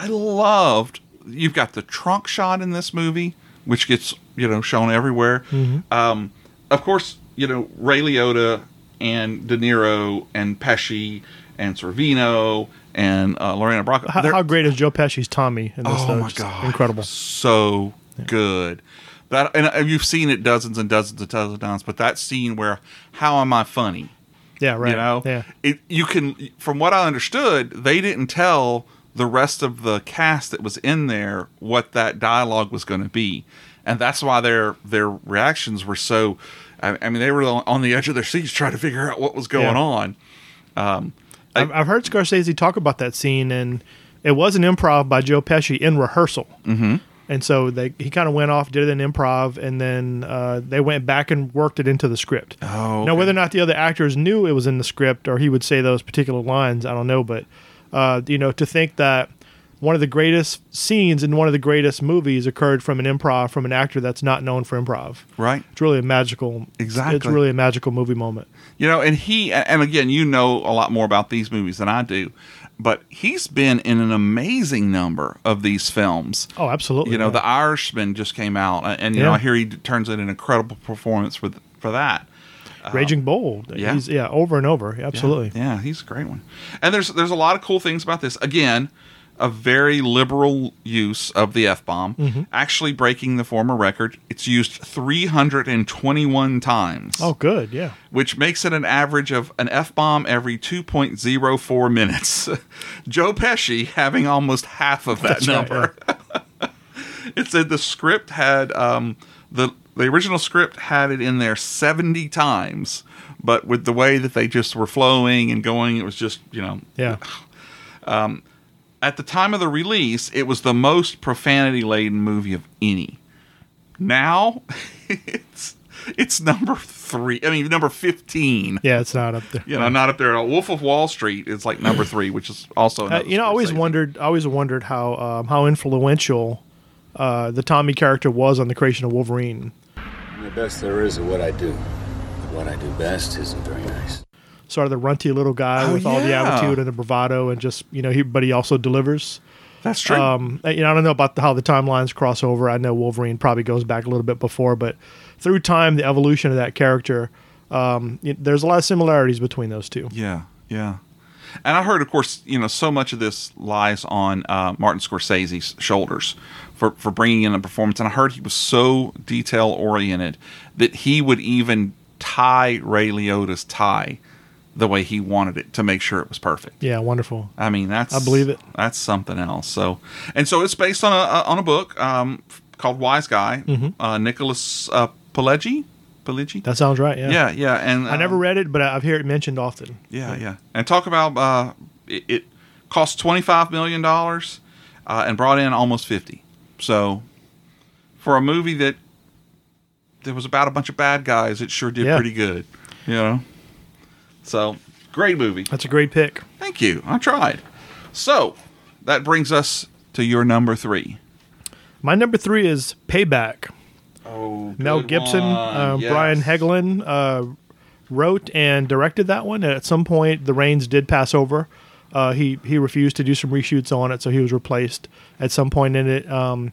I loved. You've got the trunk shot in this movie, which gets you know shown everywhere.
Mm-hmm.
Um, of course, you know Ray Liotta and De Niro and Pesci and Sorvino and uh, Lorena Bracco.
How,
They're
how great is Joe Pesci's Tommy in this?
Oh
though?
my
Just
God.
Incredible.
so good. That and uh, you've seen it dozens and dozens and dozens of times, but that scene where how am I funny?
Yeah. Right.
You know,
Yeah.
it, you can. From what I understood, they didn't tell the rest of the cast that was in there what that dialogue was going to be, and that's why their their reactions were so. I, I mean, they were on, on the edge of their seats trying to figure out what was going
Yeah.
on.
I've, I've heard Scorsese talk about that scene, and it was an improv by Joe Pesci in rehearsal. Mm-hmm. And so they he kind of went off, did an improv, and then uh, they went back and worked it into the script. Oh, now whether or not the other actors knew it was in the script or he would say those particular lines, I don't know. But uh, you know, to think that one of the greatest scenes in one of the greatest movies occurred from an improv from an actor that's not known for improv.
Right.
It's really a magical. It's
Exactly.
really a magical movie moment.
You know, and he, and again, you know a lot more about these movies than I do, but he's been in an amazing number of these films.
Oh, absolutely.
You know,
yeah.
The Irishman just came out, and, and, you know,
Yeah.
I hear he d- turns in an incredible performance with for that.
Raging Bold.
yeah.
He's, yeah, over and over. Absolutely.
Yeah, he's a great one. And there's there's a lot of cool things about this. Again, a very liberal use of the f bomb,
Mm-hmm.
actually breaking the former record. It's used 321 times.
Oh, good. Yeah.
which makes it an average of an F bomb every 2.04 minutes. Joe Pesci having almost half of that
That's right,
number. it said the script had um, the the original script had it in there 70 times, but with the way that they just were flowing and going, it was just, you know,
Yeah.
at the time of the release, it was the most profanity laden movie of any. Now, it's it's number 3. I mean, number 15.
Yeah, it's not up there.
you know, not up there. at all. Wolf of Wall Street is like number three, which is also
Uh,
another
you know, I always
Scorsese.
wondered. I always wondered how um, how influential uh, the Tommy character was on the creation of Wolverine.
The best there is at what I do. But what I do best isn't very nice.
Sort of the runty little guy
Oh,
with all the
yeah.
attitude and the bravado, and just you know, he, but he also delivers.
That's true.
Um, you know, I don't know about the, how the timelines cross over. I know Wolverine probably goes back a little bit before, but through time, the evolution of that character, um, y there's a lot of similarities between those two.
yeah, yeah. And I heard, of course, you know, so much of this lies on uh, Martin Scorsese's shoulders for for bringing in a performance. And I heard he was so detail oriented that he would even tie Ray Liotta's tie the way he wanted it to make sure it was perfect.
Yeah, wonderful.
I mean, that's
I believe it.
That's something else. So, and so it's based on a on a book um, called Wise Guy,
Mm-hmm.
uh, Nicholas uh, Pileggi. Pileggi.
That sounds right. Yeah.
yeah, yeah, and
I never
um,
read it, but I've heard it mentioned often.
Yeah, yeah. And talk about uh, it, it cost twenty five million dollars uh, and brought in almost fifty. So for a movie that there was about a bunch of bad guys, it sure did
Yeah.
pretty good. You know. So great movie.
That's a great pick.
Thank you. I tried. So that brings us to your number three.
My number three is Payback.
Oh,
Mel Gibson, uh, Brian Hegelin uh, wrote and directed that one. And at some point, the reins did pass over. Uh, he he refused to do some reshoots on it, so he was replaced at some point in it. Um,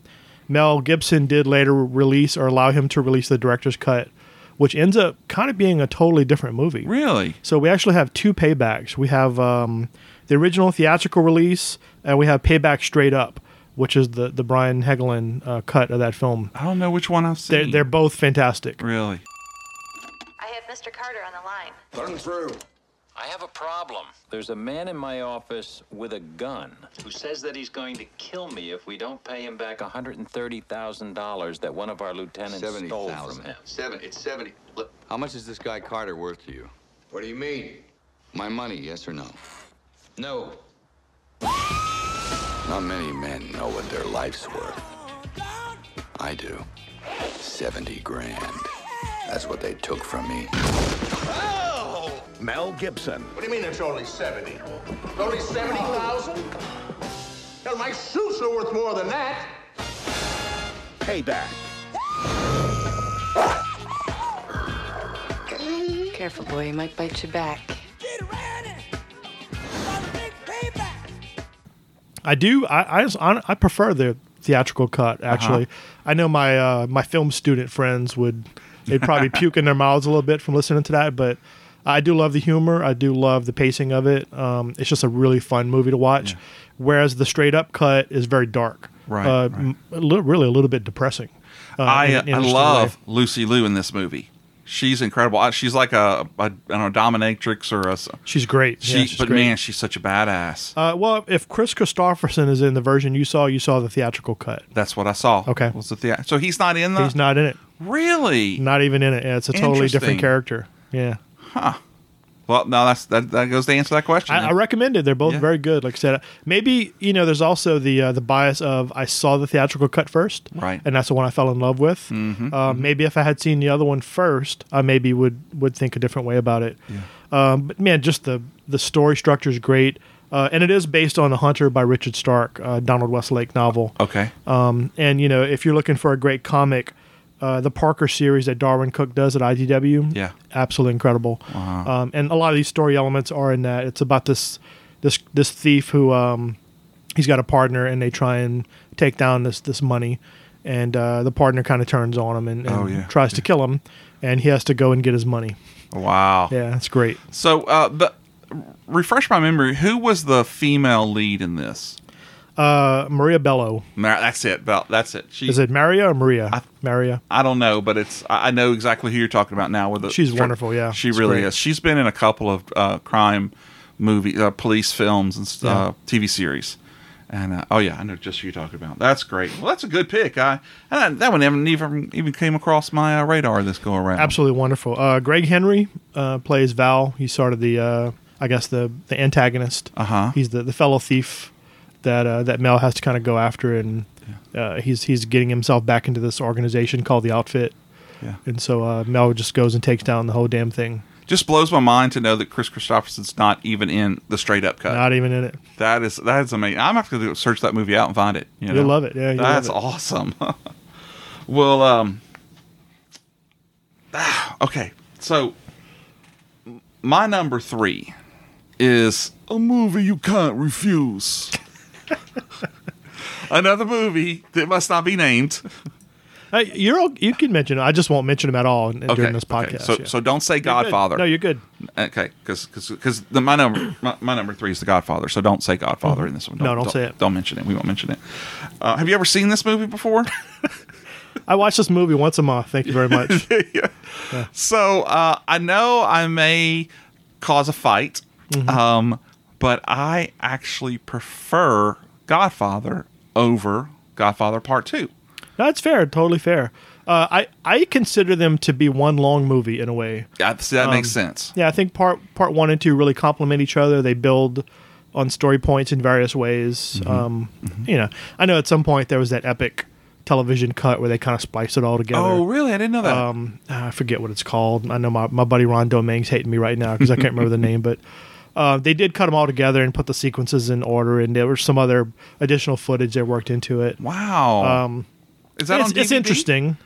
Mel Gibson did later release or allow him to release the director's cut, which ends up kind of being a totally different movie.
Really?
So we actually have two paybacks. We have um, the original theatrical release, and we have Payback Straight Up, which is the the Brian Hegelin uh, cut of that film.
I don't know which one I've
They're,
seen.
they're both fantastic.
really.
I have Mr. Carter on the line.
Put him through.
I have a problem. There's a man in my office with a gun who says that he's going to kill me if we don't pay him back $130,000 that one of our lieutenants stole from him.
Seven. It's seventy. Look, how much is this guy Carter worth to you? What do you mean? My money, yes or no? No.
Not many men know what their life's worth. I do. 70 grand. That's what they took from me.
Oh!
Mel Gibson.
What do you mean it's only 70? Only 70,000? Hell, my suits are worth more than that.
Payback.
Careful, boy. He might bite you back.
I do. I I, just- hon- I prefer the theatrical cut.
Uh-huh.
Actually, I know my uh, my film student friends would they'd probably puke in their mouths a little bit from listening to that, but. I do love the humor. I do love the pacing of it. Um, it's just a really fun movie to watch. Whereas the straight up cut is very dark,
Right,
Uh, m- a li- really, a little bit depressing. uh, in-
I,
in an
I
interesting
love
way.
Lucy Liu in this movie. She's incredible. I- She's like a, a I don't know, dominatrix or a.
She's great.
She,
Yeah, she's
but
great.
man, she's such a badass.
Uh, well, if Chris Christopherson is in the version you saw, you saw the theatrical cut.
That's what I saw.
Okay.
Was the thea- so he's not in the.
He's not in it.
Really?
Not even in it. Yeah, it's a totally
Interesting.
different character. Yeah.
Well, no, that's that. That goes to answer that question.
I, I recommend it. They're both
Yeah.
very good. Like I said, maybe you know, there's also the uh, the bias of I saw the theatrical cut first,
Right.
And that's the one I fell in love with.
Mhm.
Uh, Maybe if I had seen the other one first, I maybe would would think a different way about it. Um, but man, just the the story structure is great, uh, and it is based on The Hunter by Richard Stark, uh, Donald Westlake novel.
okay.
Um, and you know, if you're looking for a great comic, uh, the Parker series that Darwin Cook does at IDW,
Yeah. Uh-huh.
absolutely incredible.
Wow.
Um, and a lot of these story elements are in that. It's about this this this thief who um, he's got a partner, and they try and take down this this money, and uh, the partner kind of turns on him and, and
Oh, yeah.
tries to kill him, and he has to go and get his money.
Wow.
Yeah, that's great.
So, uh, the refresh my memory. Who was the female lead in this?
Uh, Maria Bello.
Mar- that's it. Bel- That's it. She,
Is it Maria or Maria? Maria.
I don't know, but it's I I know exactly who you're talking about now. With the,
She's wonderful, yeah.
she
It's
really
great.
is. She's been in a couple of uh, crime movie, uh, police films, and st- uh, TV series. And uh, oh yeah, I know just who you're talking about. That's great. Well, that's a good pick. I, and that one never even even came across my uh, radar this go around.
Absolutely wonderful. Uh, Greg Henry uh, plays Val. He's sort of the, uh, I guess the the antagonist. Uh
Uh-huh.
huh. He's the, the fellow thief that uh, that Mel has to kind of go after, and uh, he's he's getting himself back into this organization called the Outfit.
Yeah.
And so uh, Mel just goes and takes down the whole damn thing.
Just blows my mind to know that Chris Christopherson's not even in the straight up cut.
Not even in it.
That is that is amazing. I'm gonna have to go search that movie out and find it. You
You'll
know?
love it. Yeah, you'll love
that's
it.
awesome. well, um, ah, okay. So m- my number three is a movie you can't refuse. Another movie that must not be named.
Hey, Uh, you're o- you can mention it. I just won't mention him at all in, during this podcast.
okay. So,
yeah.
so don't say
You're good.
Godfather.
No, you're good.
Okay, because because my number my, my number three is The Godfather. So don't say Godfather in this one.
Mm-hmm. No, don't say it.
Don't mention it. We won't mention it. Uh, have you ever seen this movie before?
I watch this movie once a month. Thank you very much.
so uh, I know I may cause a fight.
Mm-hmm.
Um, but I actually prefer Godfather over Godfather Part Two.
That's fair, totally fair. Uh, I I consider them to be one long movie in a way.
Yeah, see, that
Um,
makes sense.
Yeah, I think part part one and two really complement each other. They build on story points in various ways.
Mhm.
Um, You know, I know at some point there was that epic television cut where they kind of spliced it all together.
Oh, really? I didn't know that.
Um, I forget what it's called. I know my, my buddy Ron Domingue's hating me right now because I can't remember the name, but uh, they did cut them all together and put the sequences in order, and there was some other additional footage they worked into it.
Wow.
Um,
Is that
it's,
on
it's
DVD?
interesting.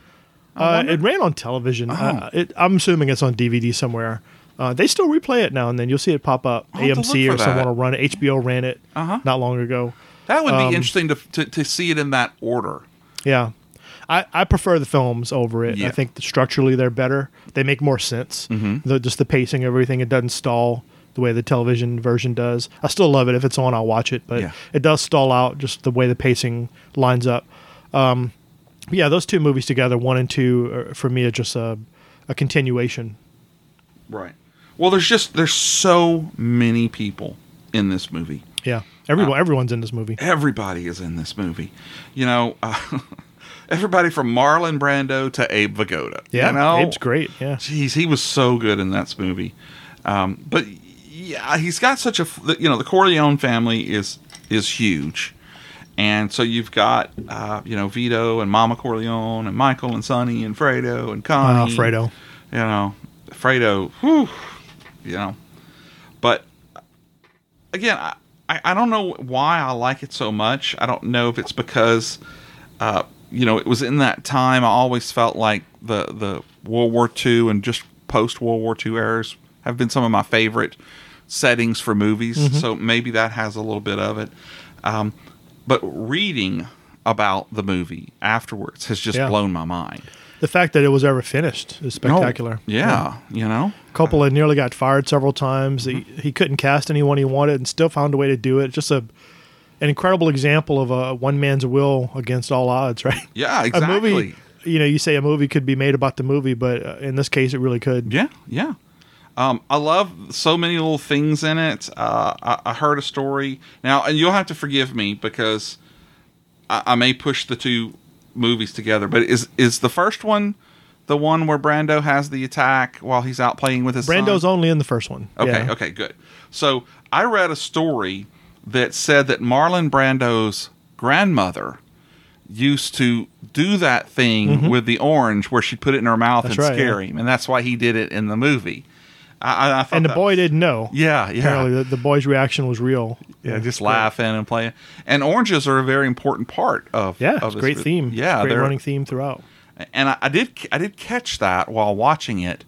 Uh, it ran on television.
Oh.
Uh, it, I'm assuming it's on DVD somewhere. Uh, they still replay it now and then. You'll see it pop up.
I'll have to
AMC
look for
or someone
that. Uh-huh.
will run it. HBO ran it not long ago.
That would be
Um,
interesting to, to to see it in that order.
Yeah. I, I prefer the films over it.
Yeah.
I think that structurally they're better. They make more sense.
Mhm.
The, just the pacing, everything, it doesn't stall the way the television version does. I still love it. If it's on, I'll watch it, but
Yeah.
it does stall out just the way the pacing lines up. Um, but yeah, those two movies together, one and two, are, for me, are just a, a continuation.
Right. Well, there's just there's so many people in this movie.
Yeah. Everyone, everyone's in this movie.
Everybody is in this movie. You know, uh, everybody from Marlon Brando to Abe Vigoda.
Yeah.
You know?
Abe's great. Yeah.
Jeez, he was so good in that movie. Um, but yeah, he's got such a f- you know the Corleone family is is huge, and so you've got uh, you know Vito and Mama Corleone and Michael and Sonny and Fredo and Connie.
Wow, Uh, Fredo.
You know, Fredo. Whew, you know, but again, I, I I don't know why I like it so much. I don't know if it's because, uh, you know, it was in that time. I always felt like the the World War II and just post World War II eras have been some of my favorite settings for movies.
Mm-hmm.
Mhm.
So maybe that has a little bit of it. Um, but reading about the movie afterwards has just
Yeah.
blown my mind.
The fact that it was ever finished is
No,
spectacular.
yeah, you know.
Coppola nearly got fired several times. He,
Mm-hmm.
he couldn't cast anyone he wanted and still found a way to do it. Just a an incredible example of a one man's will against all odds, right?
Yeah,
A
exactly.
movie, you know, you say a movie could be made about the movie, but uh, in this case, it really could.
Yeah, yeah. Um, I love so many little things in it. Uh, I, I heard a story now, and you'll have to forgive me because I, I may push the two movies together. But is is the first one the one where Brando has the attack while he's out playing with his son?
Brando's only in the first one.
Okay,
Yeah.
okay, good. So I read a story that said that Marlon Brando's grandmother used to do that thing
Mhm.
with the orange where she'd put it in her mouth
That's
and
right,
scare
yeah.
him, and that's why he did it in the movie. I, I, I thought
And the
that-
boy didn't know.
Yeah, yeah.
Apparently, the, the boy's reaction was real.
yeah, just laughing and playing. And oranges are a very important part of
Yeah,
of
it's a
this
great
movie.
theme.
Yeah,
great
they're-
running theme throughout.
and I, I did I did catch that while watching it.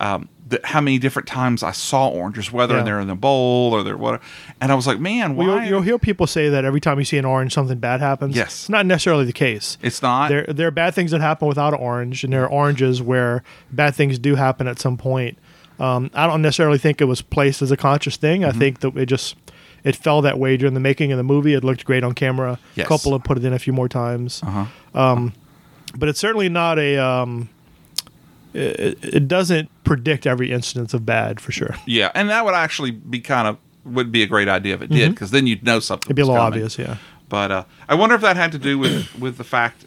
Um, that how many different times I saw oranges, whether
Yeah.
they're in the bowl or they're whatever, and I was like, man, why?
Well, you'll, you'll hear people say that every time you see an orange, something bad happens.
Yes.
it's not necessarily the case.
It's not.
There, there are bad things that happen without an orange, and there are oranges where bad things do happen at some point. Um, I don't necessarily think it was placed as a conscious thing.
Mm-hmm.
I think that it just it fell that way during the making of the movie. It looked great on camera.
Yes. Uh-huh.
Coppola put it in a few more times. Um, but it's certainly not a. Um, it, it doesn't predict every instance of bad for sure.
Yeah, and that would actually be kind of would be a great idea if it did,
Mhm.
because then you'd know something.
It'd be a
was
little
coming.
obvious, yeah.
But uh, I wonder if that had to do with with the fact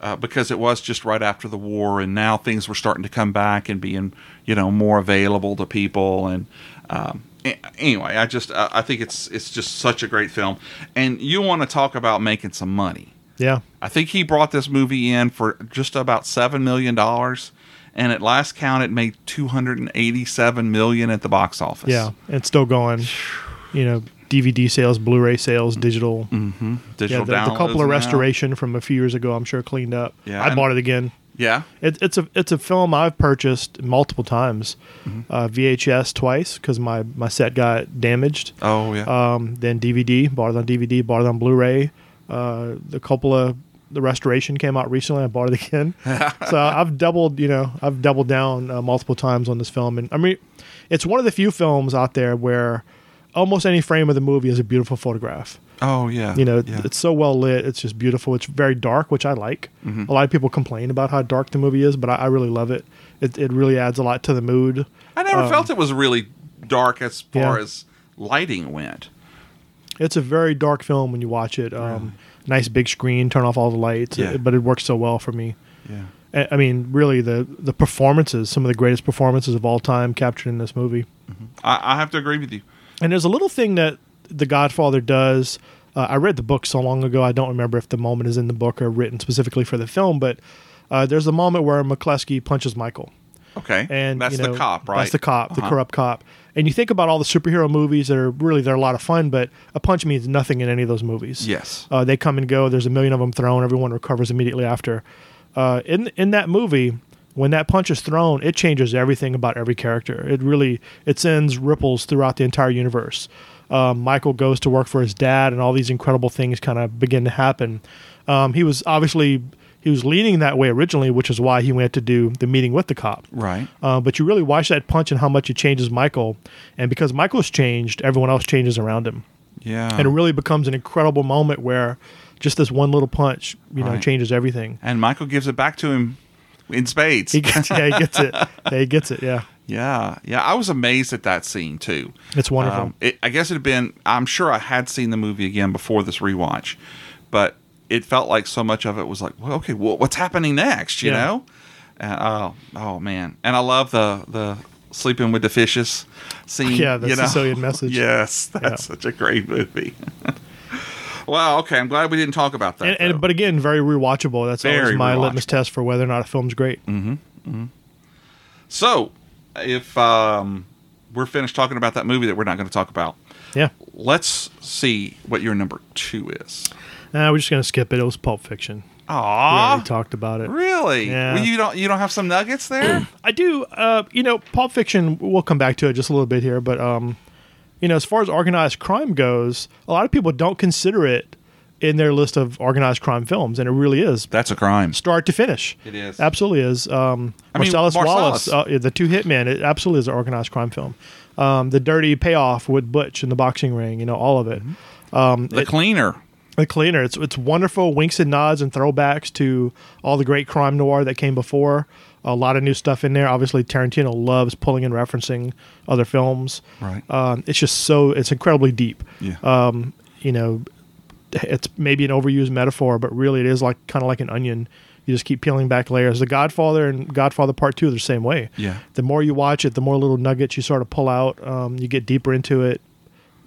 uh, because it was just right after the war, and now things were starting to come back and being you know more available to people. And um, a- anyway, I just I I think it's it's just such a great film, and you want to talk about making some money.
Yeah.
I think he brought this movie in for just about seven million dollars, and at last count, it made two hundred and eighty-seven million at the box office.
Yeah, and it's still going. You know, DVD sales, Blu-ray sales, digital,
Mhm. Digital
yeah, the,
downloads
the couple
now.
of restoration from a few years ago, I'm sure cleaned up.
Yeah,
I
and-
bought it again.
Yeah.
It, it's a it's a film I've purchased multiple times,
Mm-hmm.
uh, VHS twice because my my set got damaged.
Oh yeah.
Um, then DVD, bought it on DVD, bought it on Blu-ray. Uh, the Coppola, the restoration came out recently. I bought it again, so I've doubled. You know, I've doubled down uh, multiple times on this film, and I mean, it's one of the few films out there where almost any frame of the movie is a beautiful photograph.
Oh yeah.
You know,
yeah.
it's so well lit. It's just beautiful. It's very dark, which I like.
Mhm.
A lot of people complain about how dark the movie is, but I, I really love it. It it really adds a lot to the mood.
I never
Um,
felt it was really dark as far as lighting went.
It's a very dark film when you watch it. Um, Nice big screen, turn off all the lights,
Yeah.
but it works so well for me.
Yeah.
I- I mean, really, the the performances, some of the greatest performances of all time, captured in this movie.
I, I have to agree with you.
And there's a little thing that The Godfather does. Uh, I read the book so long ago, I don't remember if the moment is in the book or written specifically for the film, but uh, there's a moment where McCleskey punches Michael.
Okay,
And
that's
you know,
the cop, right?
That's the cop, the
Uh-huh.
corrupt cop. And you think about all the superhero movies that are really they're a lot of fun, but a punch means nothing in any of those movies.
Yes.
uh, they come and go. There's a million of them thrown. Everyone recovers immediately after. Uh, in in that movie, when that punch is thrown, it changes everything about every character. It really it sends ripples throughout the entire universe. Um, Michael goes to work for his dad, and all these incredible things kind of begin to happen. Um, he was obviously he was leaning that way originally, which is why he went to do the meeting with the cop.
Right.
Uh, but you really watch that punch and how much it changes Michael. And because Michael's changed, everyone else changes around him.
Yeah.
And it really becomes an incredible moment where just this one little punch, you know,
Right.
changes everything.
And Michael gives it back to him in spades.
He gets, yeah, he gets it. Yeah, he gets it. Yeah.
Yeah, yeah. I was amazed at that scene too.
It's wonderful.
Um, it, I guess it had been. I'm sure I had seen the movie again before this rewatch, but it felt like so much of it was like, well, okay, well, what's happening next? You
Yeah.
know? And, oh, oh man. And I love the the sleeping with the fishes scene.
Yeah, the
you know?
Sicilian message.
Yes, that's such a great movie. wow. Okay, I'm glad we didn't talk about that.
And, and but again, very rewatchable. That's
Very
always my
rewatchable.
litmus test for whether or not a film's great.
Mm-hmm. So, if um, we're finished talking about that movie that we're not going to talk about,
Yeah.
let's see what your number two is.
Nah, we're just gonna skip it. It was Pulp Fiction.
Aw.
we already talked about it.
Ah, Really?
Yeah.
Well, you don't you don't have some nuggets there?
I do. Uh, you know, Pulp Fiction. We'll come back to it just a little bit here, but um, you know, as far as organized crime goes, a lot of people don't consider it in their list of organized crime films, and it really is
That's a crime.
start to finish.
It is.
absolutely is. Um,
I mean,
Marcellus,
Marcellus.
Wallace, uh, yeah, the two hitmen. It absolutely is an organized crime film. Um, the dirty payoff with Butch in the boxing ring. You know, all of it.
Mm-hmm.
Um,
The
it-
cleaner.
the cleaner. It's it's wonderful winks and nods and throwbacks to all the great crime noir that came before. A lot of new stuff in there. Obviously, Tarantino loves pulling and referencing other films.
Right.
Um, it's just so it's incredibly deep.
Yeah.
Um, you know, it's maybe an overused metaphor, but really it is like kind of like an onion. You just keep peeling back layers. The Godfather and Godfather Part Two are the same way.
Yeah.
The more you watch it, the more little nuggets you sort of pull out. Um, you get deeper into it.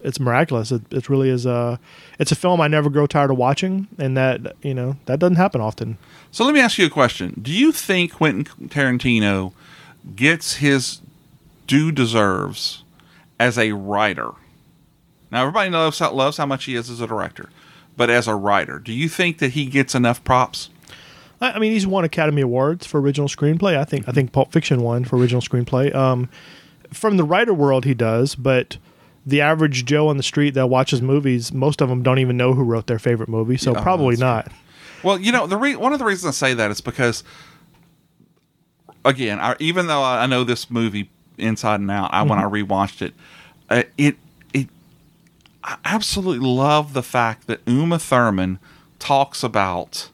It's miraculous. It, it really is a. It's a film I never grow tired of watching, and that you know that doesn't happen often.
So let me ask you a question. Do you think Quentin Tarantino gets his due deserves as a writer? Now everybody loves how, loves how much he is as a director, but as a writer, do you think that he gets enough props?
I, I mean, he's won Academy Awards for original screenplay. I think I think Pulp Fiction won for original screenplay. Um, from the writer world, he does, but the average Joe on the street that watches movies, most of them don't even know who wrote their favorite movie, so
Yeah,
probably
Oh, that's
not.
Well, you know, the re- one of the reasons I say that is because, again, I, even though I I know this movie inside and out, I when I
Mm-hmm.
rewatched it, uh, it it I absolutely love the fact that Uma Thurman talks about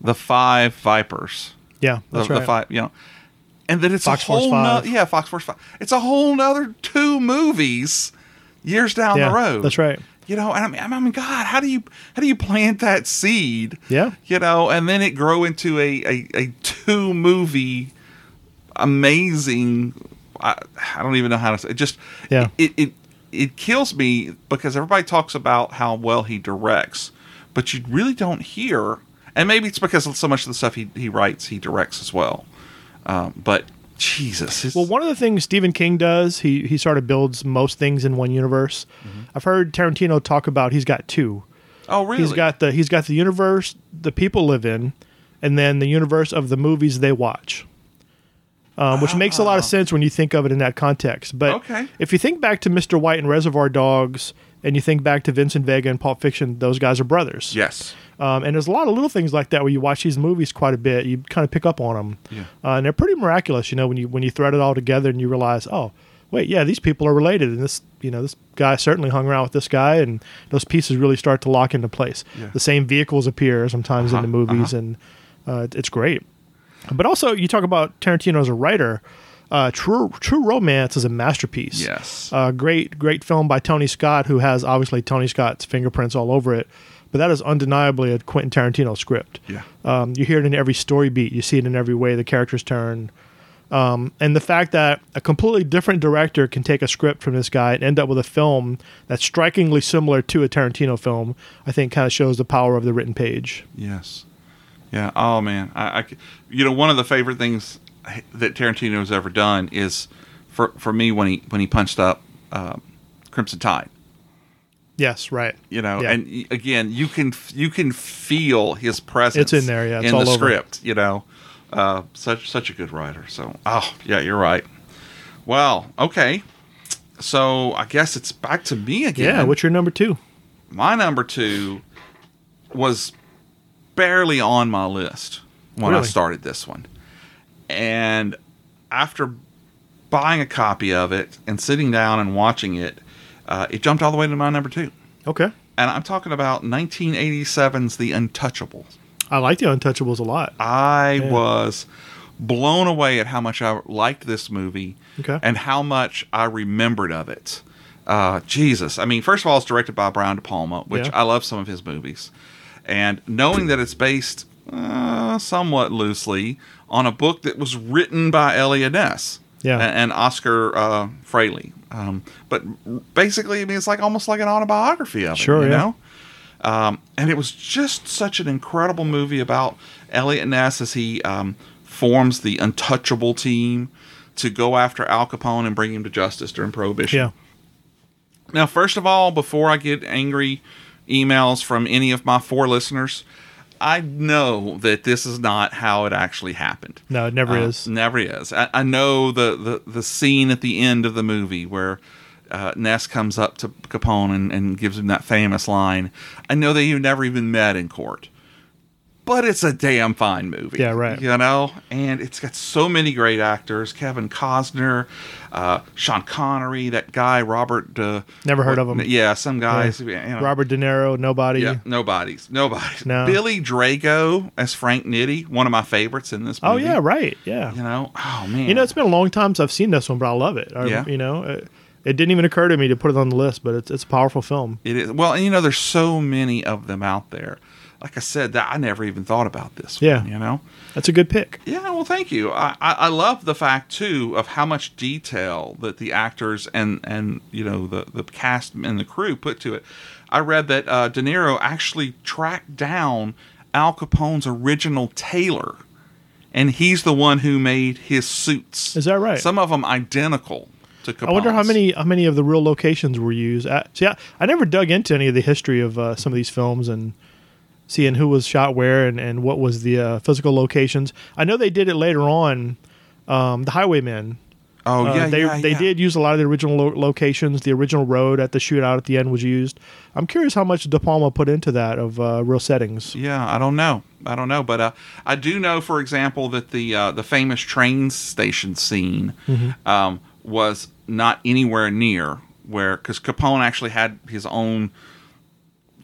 the five vipers,
Yeah,
the,
that's
the
right.
five, you know, and that it's
Fox
a
Force
whole no-
five.
yeah, Fox Force Five. It's a whole nother two movies years down
Yeah,
the road.
that's right.
You know, and I mean, I mean, God, how do you how do you plant that seed?
Yeah.
you know, and then it grow into a a, a two movie amazing. I, I don't even know how to say it. Just
Yeah.
it, it it kills me because everybody talks about how well he directs, but you really don't hear. And maybe it's because so much of the stuff he, he writes, he directs as well. Um, but Jesus, his-
Well, one of the things Stephen King does, he he sort of builds most things in one universe.
Mm-hmm.
I've heard Tarantino talk about he's got two.
oh really?
He's got the he's got the universe the people live in, and then the universe of the movies they watch. Um, which makes a lot of sense when you think of it in that context. But
Ah. Okay.
if you think back to Mr. White and Reservoir Dogs, and you think back to Vincent Vega and Pulp Fiction, those guys are brothers.
yes,
Um, and there's a lot of little things like that where you watch these movies quite a bit. You kind of pick up on them,
Yeah.
uh, and they're pretty miraculous. You know, when you when you thread it all together and you realize, oh, wait, yeah, these people are related, and this you know this guy certainly hung around with this guy, and those pieces really start to lock into place.
Yeah.
The same vehicles appear sometimes in
Uh-huh,
the movies, and uh, it's great. But also, you talk about Tarantino as a writer. Uh, True True Romance is a masterpiece.
Yes.
Uh, great great film by Tony Scott, who has obviously Tony Scott's fingerprints all over it. But that is undeniably a Quentin Tarantino script.
Yeah.
Um, you hear it in every story beat. You see it in every way the characters turn. Um, and the fact that a completely different director can take a script from this guy and end up with a film that's strikingly similar to a Tarantino film, I think, kind of shows the power of the written page.
Yes. Yeah. Oh man, I, I c- you know one of the favorite things that Tarantino has ever done is for for me when he when he punched up um, Crimson Tide.
Yes, right.
You know,
Yeah.
and y- again, you can f- you can feel his presence.
It's in there, yeah, it's
in
all
the
over.
script. You know, uh, such such a good writer. So, oh yeah, you're right. Well, okay. So I guess it's back to me again.
Yeah. What's your number two?
my number two was barely on my list when I
Really?
started this one. And after buying a copy of it and sitting down and watching it, uh, it jumped all the way to my number two.
Okay.
And I'm talking about 1987's The Untouchables.
I like the Untouchables a lot.
I
Yeah.
was blown away at how much I liked this movie
Okay.
and how much I remembered of it. Uh, Jesus. I mean, first of all, it's directed by Brian De Palma, which
Yeah.
I love some of his movies. And knowing that it's based uh, somewhat loosely on a book that was written by Elliot Ness
Yeah.
a- and Oscar uh, Fraley. Um, but basically, I mean, it's like almost like an autobiography of it,
Sure,
you
yeah.
know? Um, and it was just such an incredible movie about Elliot Ness as he um, forms the untouchable team to go after Al Capone and bring him to justice during Prohibition.
Yeah.
Now, first of all, before I get angry emails from any of my four listeners, I know that this is not how it actually happened.
No, it never
Uh,
is.
Never is. I, I know the, the the scene at the end of the movie where uh, Ness comes up to Capone and, and gives him that famous line. I know that you never even met in court, but it's a damn fine movie.
Yeah, right.
You know, and it's got so many great actors: Kevin Costner, uh, Sean Connery, that guy Robert. Uh,
Never heard of him.
Yeah, some guys.
Yeah.
you know.
Robert De Niro, nobody.
Yeah, nobody's nobody's.
No.
Billy Drago as Frank Nitty, one of my favorites in this movie.
Oh yeah, right. Yeah.
You know, oh man.
You know, it's been a long time since I've seen this one, but I love it. I,
Yeah.
You know, it, it didn't even occur to me to put it on the list, but it's it's a powerful film.
It is well, and you know, there's so many of them out there. Like I said, that I never even thought about this. one,
Yeah.
you know.
That's a good pick.
Yeah, well, thank you. I, I, I love the fact too of how much detail that the actors and and you know the the cast and the crew put to it. I read that uh, De Niro actually tracked down Al Capone's original tailor, and he's the one who made his suits.
Is that right?
Some of them identical to Capone's.
I wonder how many how many of the real locations were used. I, see, I, I never dug into any of the history of uh, some of these films and seeing who was shot where and, and what was the uh, physical locations. I know they did it later on. Um, the Highwaymen.
Oh
Uh,
yeah,
they
yeah,
they
yeah.
did use a lot of the original lo- locations. The original road at the shootout at the end was used. I'm curious how much De Palma put into that of uh, real settings.
Yeah, I don't know. I don't know, but uh, I do know, for example, that the uh, the famous train station scene
Mm-hmm.
um, was not anywhere near where because Capone actually had his own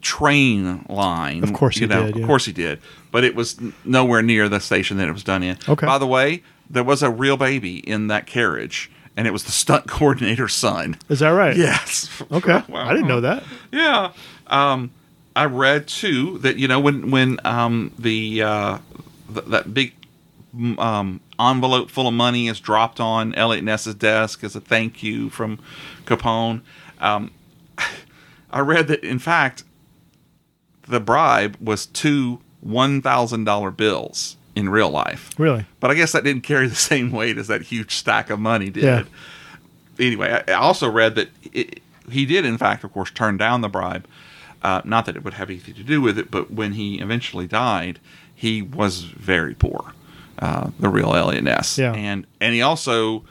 train line.
Of course
you
he
know,
did,
Of
yeah.
course he did, but it was n- nowhere near the station that it was done in.
Okay.
By the way, there was a real baby in that carriage, and it was the stunt coordinator's son.
Is that right?
Yes.
Okay.
Wow.
I didn't know that.
Yeah. Um, I read too that you know when when um, the, uh, th- that big mm, um, envelope full of money is dropped on Elliot Ness's desk as a thank you from Capone. Um, I read that in fact the bribe was two one thousand dollar bills in real life.
Really?
But I guess that didn't carry the same weight as that huge stack of money did.
Yeah.
Anyway, I I also read that it, he did, in fact, of course, turn down the bribe. Uh, not that it would have anything to do with it, but when he eventually died, he was very poor, uh, the real Elliot Ness.
Yeah.
And, and he also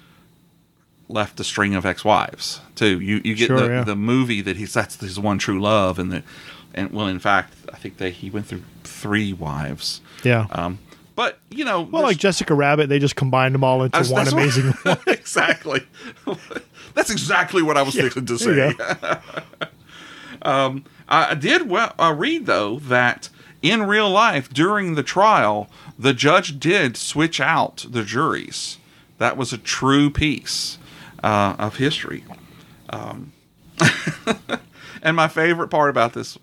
left a string of ex-wives too. You you get
Sure,
the,
yeah.
the movie that he's that's his one true love, and the and well, in fact, I think that he went through three wives.
Yeah.
Um, but you know,
Well, like Jessica Rabbit, they just combined them all into
I was-
one
that's what-
amazing.
exactly. that's exactly what I was thinking to
there
say.
you
um, I I did well, uh, read though that in real life during the trial, the judge did switch out the juries That was a true piece uh, of history. Um, and my favorite part about this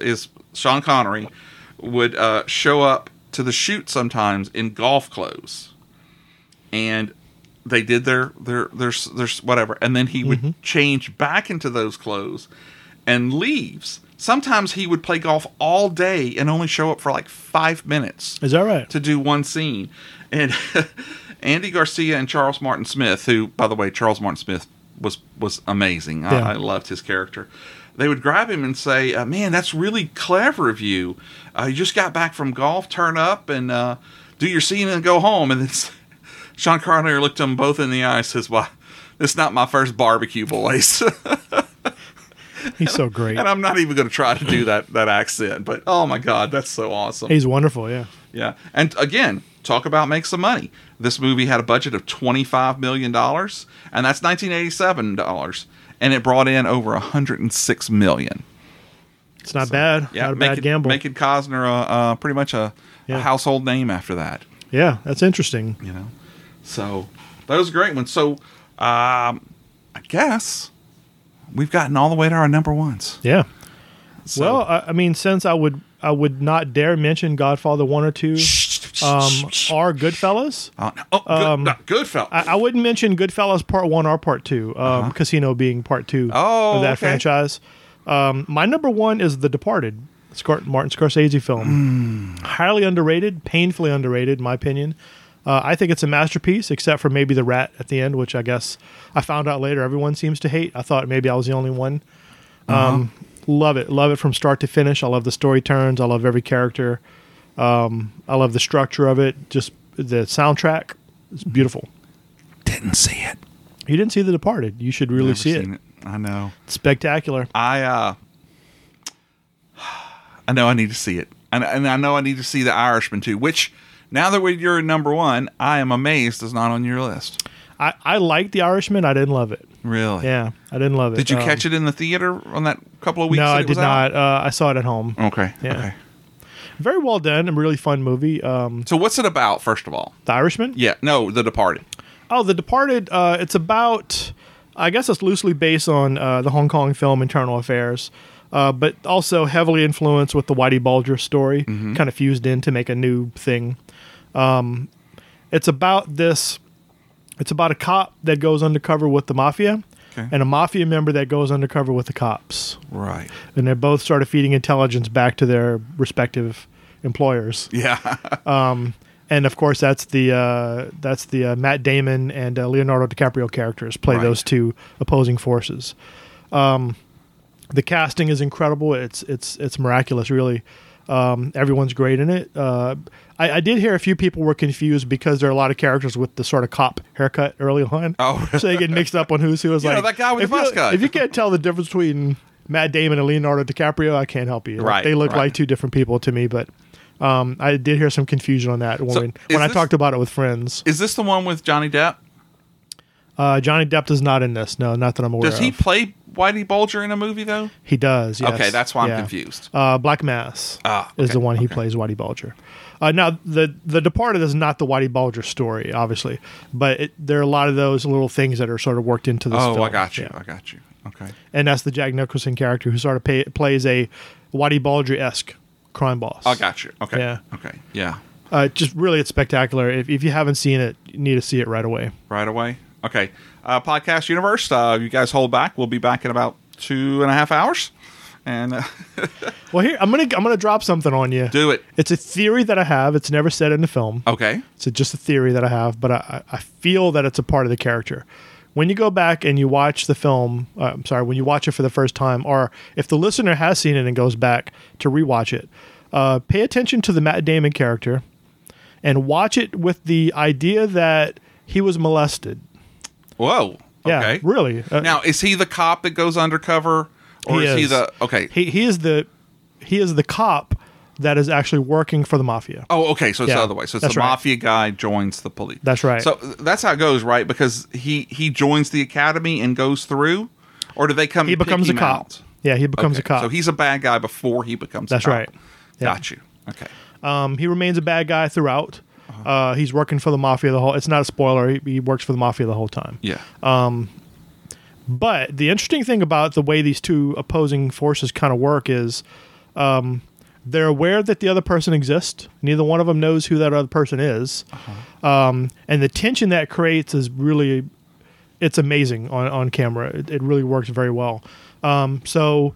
is Sean Connery would uh, show up to the shoot sometimes in golf clothes, and they did their their their, their whatever, and then he would change back into those clothes and leaves. Sometimes he would play golf all day and only show up for like five minutes.
Is that right?
To do one scene, and Andy Garcia and Charles Martin Smith, who by the way Charles Martin Smith was was amazing.
Yeah.
I, I loved his character. They would grab him and say, uh, "Man, that's really clever of you. Uh, you just got back from golf. Turn up and uh, do your scene and go home." And then Sean Connery looked them both in the eye and says, "Why, it's not my first barbecue, boys."
He's so great.
and I'm not even going to try to do that that accent. But oh my god, that's so awesome.
He's wonderful. Yeah.
Yeah. And again, talk about make some money. This movie had a budget of $25 million, and that's 1987 dollars, and it brought in over $106 million.
It's not bad.
Yeah,
not a bad
making,
gamble.
Making Cosner a, uh, pretty much a, a
Yeah.
household name after that.
yeah, that's interesting.
You know, so that was a great one. So, um, I guess we've gotten all the way to our number ones.
Yeah.
So-
well, I, I mean, since I would I would not dare mention Godfather one or two, um, or Goodfellas.
Uh, oh, good,
Um,
no, Goodfellas.
I, I wouldn't mention Goodfellas Part One or Part Two. Um, Casino being Part Two
Uh-huh. Oh,
of that
okay.
franchise. Um, my number one is The Departed, Scar- Martin Scorsese film.
Hmm.
Highly underrated, painfully underrated, in my opinion. Uh, I think it's a masterpiece, except for maybe the rat at the end, which I guess I found out later everyone seems to hate. I thought maybe I was the only one.
Uh-huh.
Um, Love it. Love it from start to finish. I love the story turns. I love every character. Um, I love the structure of it. Just the soundtrack. It's beautiful.
Didn't see it.
You didn't see The Departed. You should really
Never
see it.
seen I know.
Spectacular.
I uh, I know I need to see it, and, and I know I need to see The Irishman too. Which, now that we you're in number one, I am amazed is not on your list.
I, I liked The Irishman. I didn't love it.
Really?
Yeah, I didn't love it.
Did you
Um,
catch it in the theater on that couple of weeks?
No,
that
I
it
did
was out? Oh.
not. Uh, I saw it at home.
Okay.
Yeah.
Okay.
Very well done and really fun movie. Um,
So what's it about? First of all,
The Irishman.
yeah, no, The Departed.
Oh, The Departed. Uh, it's about, I guess it's loosely based on uh, the Hong Kong film Internal Affairs, uh, but also heavily influenced with the Whitey Bulger story, kind of fused in to make a new thing. Um, it's about this. It's about a cop that goes undercover with the mafia,
Okay.
and a mafia member that goes undercover with the cops,
Right.
and they're both sort of feeding intelligence back to their respective employers
Yeah.
um, and of course that's the uh, that's the uh, Matt Damon and uh, Leonardo DiCaprio characters play
Right.
those two opposing forces. Um, the casting is incredible. It's it's it's miraculous, really. Um, everyone's great in it. Uh, I, I did hear a few people were confused because there are a lot of characters with the sort of cop haircut early on.
Oh.
so they get mixed up on who's who. Is
You know, that
like
guy with
if
the buzz
you-
cut."
If you can't tell the difference between Matt Damon and Leonardo DiCaprio, I can't help you. Like,
Right,
they look
right.
like two different people to me, but um, I did hear some confusion on that when,
So,
when
is
I
this-
talked about it with friends.
Is this the one with Johnny Depp?
Uh, Johnny Depp is not in this. No, not that I'm aware
Does he
of.
play Whitey Bulger in a movie though?
He does. Yes.
Okay, that's why I'm
Yeah.
confused.
Uh, Black Mass
Ah,
is the
okay,
one he
okay.
plays Whitey Bulger. Uh, now the the Departed is not the Whitey Bulger story, obviously, but it, there are a lot of those little things that are sort of worked into this.
Oh, I
film.
got you.
Yeah.
I got you. Okay.
and that's the Jack Nicholson character who sort of pay, plays a Whitey Bulger esque crime boss.
I got you. Okay.
Yeah.
Okay. Yeah.
Uh, just really, it's spectacular. If, if you haven't seen it, you need to see it right away.
right away. Okay. Uh, Podcast Universe, uh, you guys hold back. We'll be back in about two and a half hours. And uh,
Well, here I'm gonna I'm gonna drop something on you.
do it.
It's a theory that I have. It's never said in the film.
Okay.
It's just a theory that I have, but I, I I feel that it's a part of the character. When you go back and you watch the film, uh, I'm sorry, when you watch it for the first time, or if the listener has seen it and goes back to rewatch it, uh, pay attention to the Matt Damon character and watch it with the idea that he was molested.
Whoa.
Yeah,
okay.
really. Uh,
Now, is he the cop that goes undercover? Or is, he the. Okay.
He he is the he is the cop that is actually working for the mafia.
Oh, okay. So it's
Yeah,
the other way. So it's
that's
the
right.
mafia guy joins the police.
That's right.
So uh, that's how it goes, right? Because he he joins the academy and goes through, or do they come?
He
and pick
becomes a
him
cop.
out?
Yeah, he becomes
Okay,
a cop.
So he's a bad guy before he becomes.
That's
a cop.
right. Yeah.
Got you. Okay.
Um, he remains a bad guy throughout. Uh, he's working for the mafia the whole. It's not a spoiler. He, he works for the mafia the whole time.
Yeah.
Um, but the interesting thing about the way these two opposing forces kind of work is, um, they're aware that the other person exists. Neither one of them knows who that other person is, um, and the tension that creates is really, it's amazing on on camera. It, it really works very well. Um, so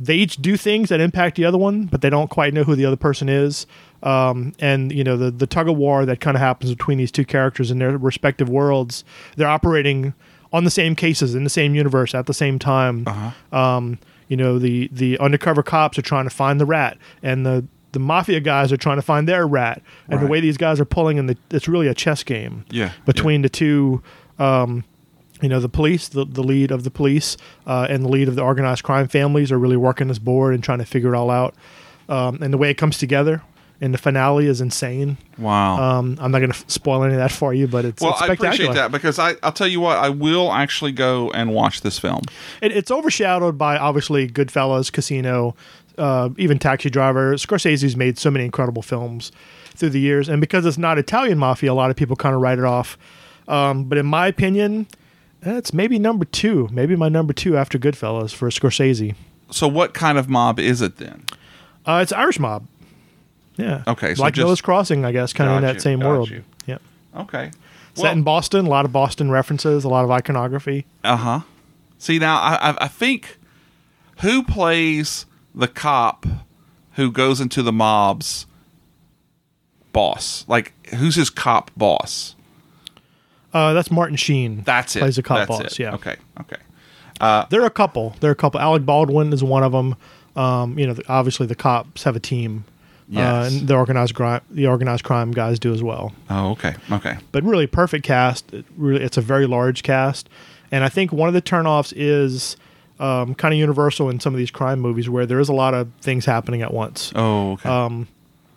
they each do things that impact the other one, but they don't quite know who the other person is. Um, and you know the the tug of war that kind of happens between these two characters in their respective worlds. They're operating on the same cases in the same universe at the same time.
Uh-huh.
Um, you know the the undercover cops are trying to find the rat, and the the mafia guys are trying to find their rat. And the
Right.
way these guys are pulling, and the, it's really a chess game
Yeah,
between the two. Um, you know the police, the, the lead of the police, uh, and the lead of the organized crime families are really working this board and trying to figure it all out. Um, and the way it comes together in the finale is insane.
Wow.
Um, I'm not going to spoil any of that for you, but it's,
well,
it's
I
spectacular.
appreciate that because I, I'll tell you what, I will actually go and watch this film.
It, it's overshadowed by obviously Goodfellas, Casino, uh, even Taxi Driver. Scorsese's made so many incredible films through the years, and because it's not Italian mafia, a lot of people kind of write it off. Um, but in my opinion, it's maybe number two, maybe my number two after Goodfellas for Scorsese.
So, what kind of mob is it then?
Uh, it's Irish mob. Yeah.
Okay, so
like
just-
Noah's Crossing, I guess, kind of in
Got
that
you,
same
got
world.
you.
Yeah.
Okay.
Set in Boston, a lot of Boston references, a lot of iconography.
Uh huh. See now, I, I I think who plays the cop who goes into the mob's boss? Like who's his cop boss?
Uh, that's Martin Sheen.
That's it.
Plays a cop
That's
boss.
it.
Yeah.
Okay. Okay.
They're a couple. They're a couple. Alec Baldwin is one of them. Um, you know, the, obviously the cops have a team.
Yes.
Uh, and the organized crime, the organized crime guys do as well.
Oh, okay. Okay.
But really, perfect cast. It really, it's a very large cast, and I think one of the turnoffs is um, kind of universal in some of these crime movies where there is a lot of things happening at once.
Oh, okay.
Um,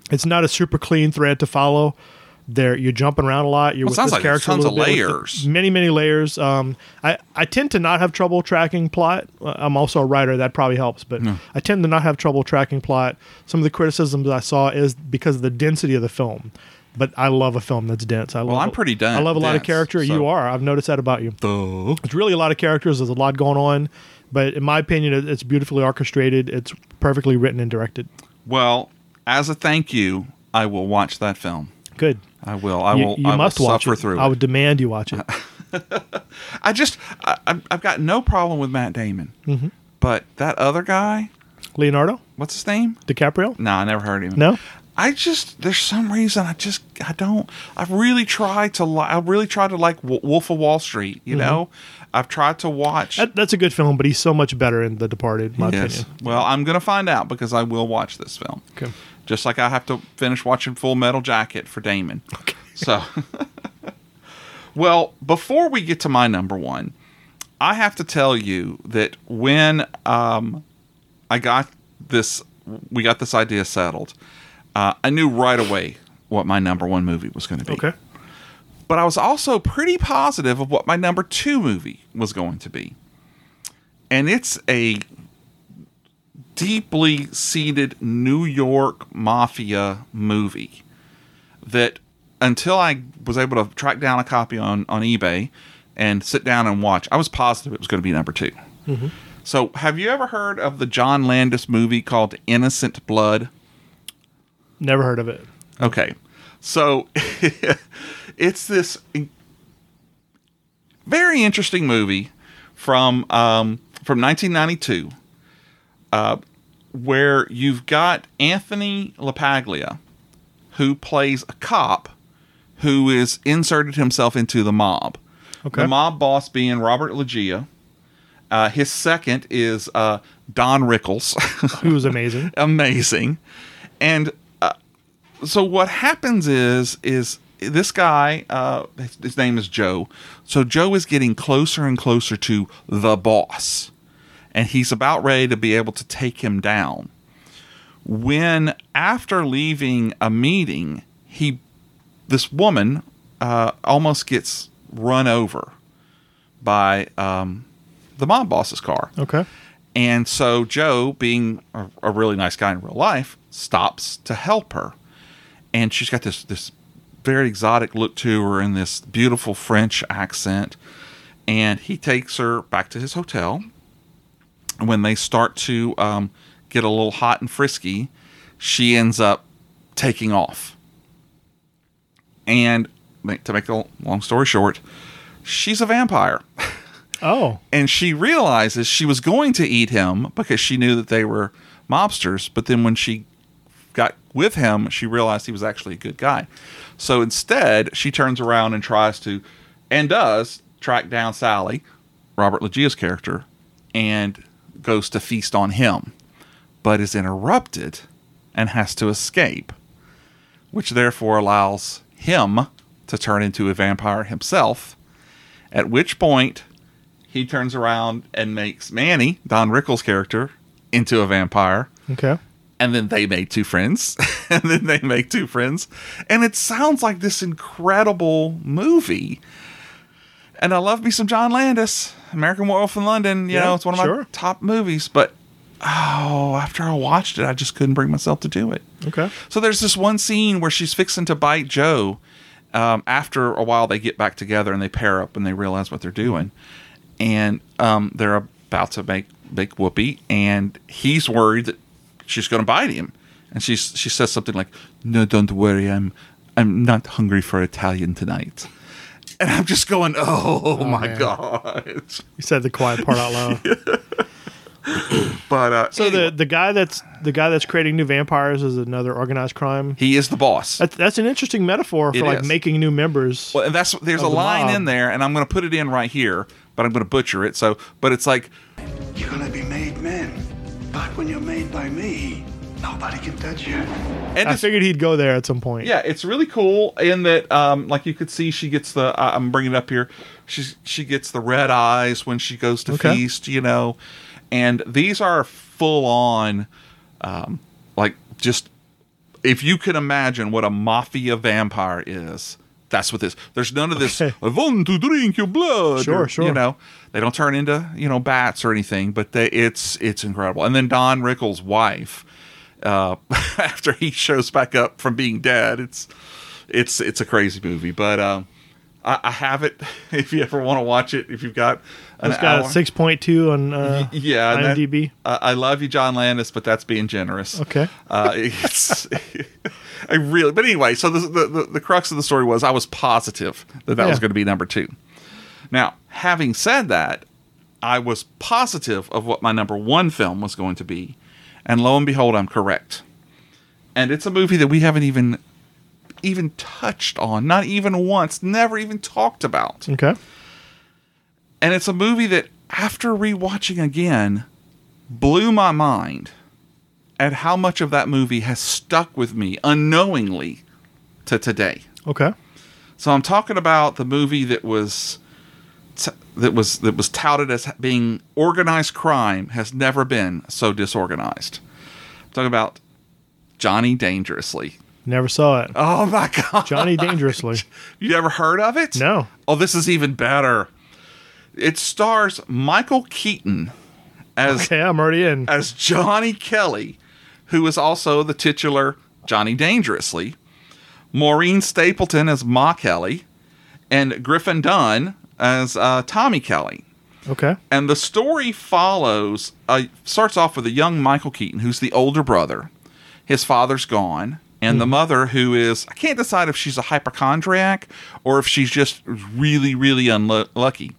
it's not a super clean thread to follow. There, you're jumping around a lot. You're
Well,
with
sounds
this
like
character a
tons
little
of
bit with the-
layers.
many, many layers. Um, I I tend to not have trouble tracking plot. Uh, I'm also a writer, that probably helps, but
Yeah.
I tend to not have trouble tracking plot. Some of the criticisms I saw is because of the density of the film. But I love a film that's dense. I love,
I'm pretty den-
I love a lot of
dense,
character.
so-
You are. I've noticed that about you. It's really a lot of characters. There's a lot going on, but in my opinion, it- it's beautifully orchestrated. It's perfectly written and directed.
Well, as a thank you, I will watch that film.
Good.
I will. I
you,
will.
You
I
must
will
watch
suffer
it.
through
I
it.
would demand you watch it.
I just. I, I've- I've got no problem with Matt Damon,
hmm
but that other guy,
Leonardo
what's his name?
DiCaprio.
No, I never heard of him.
No?
I just there's some reason I just I don't I really try to li- I really try to like Wo- Wolf of Wall Street. You
Mhm.
know, I've tried to watch.
That, that's a good film, but he's so much better in The Departed. in My
Yes.
opinion.
Well, I'm gonna find out because I will watch this film.
Okay.
Just like I have to finish watching Full Metal Jacket for Damon. Okay. So, well, before we get to my number one, I have to tell you that when um, I got this, we got this idea settled. Uh, I knew right away what my number one movie was going to be.
Okay.
But I was also pretty positive of what my number two movie was going to be. And it's a deeply seated New York mafia movie that until I was able to track down a copy on, on eBay and sit down and watch, I was positive it was going to be number two.
Mhm.
So, have you ever heard of the John Landis movie called Innocent Blood?
Never heard of it.
Okay. So it's this in- very interesting movie from um, from 1992 uh, where you've got Anthony LaPaglia who plays a cop who is inserted himself into the mob.
Okay.
The mob boss being Robert Loggia. Uh, his second is uh, Don Rickles.
Who was amazing.
amazing. And uh, so what happens is is this guy, uh, his, his name is Joe. So Joe is getting closer and closer to the boss, and he's about ready to be able to take him down. When after leaving a meeting, he this woman uh, almost gets run over by um, the mob boss's car.
Okay.
And so Joe, being a, a really nice guy in real life, stops to help her. And she's got this this very exotic look to her in this beautiful French accent. And he takes her back to his hotel. And when they start to um, get a little hot and frisky, she ends up taking off. And make- to make a long story short, she's a vampire.
Oh.
And she realizes she was going to eat him because she knew that they were mobsters. But then when she got with him, she realized he was actually a good guy. So instead, she turns around and tries to, and does, track down Sally, Robert Loggia's character, and goes to feast on him, but is interrupted and has to escape, which therefore allows him to turn into a vampire himself. At which point, he turns around and makes Manny, Don Rickles' character, into a vampire.
Okay.
And then they make two friends. and then they make two friends. And it sounds like this incredible movie. And I love me some John Landis, American Werewolf in London. You
Yeah,
know, it's one of my
sure.
top movies. But oh, after I watched it, I just couldn't bring myself to do it.
Okay.
So there's this one scene where she's fixing to bite Joe. Um, after a while, they get back together and they pair up and they realize what they're doing, and um, they're about to make make whoopee, and he's worried that she's going to bite him, and she's she says something like, "No, don't worry, I'm I'm not hungry for Italian tonight," and I'm just going, "Oh, my
man.
god!"
You said the quiet part out loud.
But uh,
So the the guy that's the guy that's creating new vampires is another organized crime.
he is the boss.
That's, that's an interesting metaphor for
It
like
is.
making new members.
Well, and that's there's
of
a
the
line
mob.
in there, and I'm going to put it in right here, but I'm going to butcher it. So, but it's like
You're gonna be made men. But when you're made by me, nobody can touch you.
And
I figured he'd go there at some point.
Yeah, it's really cool in that, um, like you could see, she gets the. I I'm bringing it up here. She she gets the red eyes when she goes to
Okay.
feast, you know, and these are full on, um, like just if you can imagine what a mafia vampire is. That's what this. There's none of this. I want to drink your blood. or,
Sure,
You
sure.
know, they don't turn into you know bats or anything, but they, it's it's incredible. And then Don Rickles' wife, uh, after he shows back up from being dead, it's it's it's a crazy movie. But um, I, I have it. If you ever want to watch it, if you've got an
It's got
hour.
a six point two on uh,
yeah, and that-
IMDb.
uh, I love you, John Landis, but that's being generous.
Okay.
Uh, it's, I really, but anyway, so the, the, the, the crux of the story was I was positive that that was
Yeah.
going to be number two. Now, having said that, I was positive of what my number one film was going to be. And lo and behold, I'm correct. And it's a movie that we haven't even even touched on, not even once, never even talked about.
Okay.
And it's a movie that, after rewatching again, blew my mind at how much of that movie has stuck with me unknowingly to today.
Okay.
So I'm talking about the movie that was t- that was that was touted as being organized crime has never been so disorganized. I'm talking about Johnny Dangerously.
Never saw it.
Oh my god.
Johnny Dangerously.
You ever heard of it?
No.
Oh, this is even better. It stars Michael Keaton as
Okay, I'm already in.
as Johnny Kelly, who is also the titular Johnny Dangerously, Maureen Stapleton as Ma Kelly, and Griffin Dunn as uh, Tommy Kelly.
Okay.
And the story follows, uh, starts off with a young Michael Keaton, who's the older brother. His father's gone, and the mother, who is, I can't decide if she's a hypochondriac or if she's just really, really unlucky.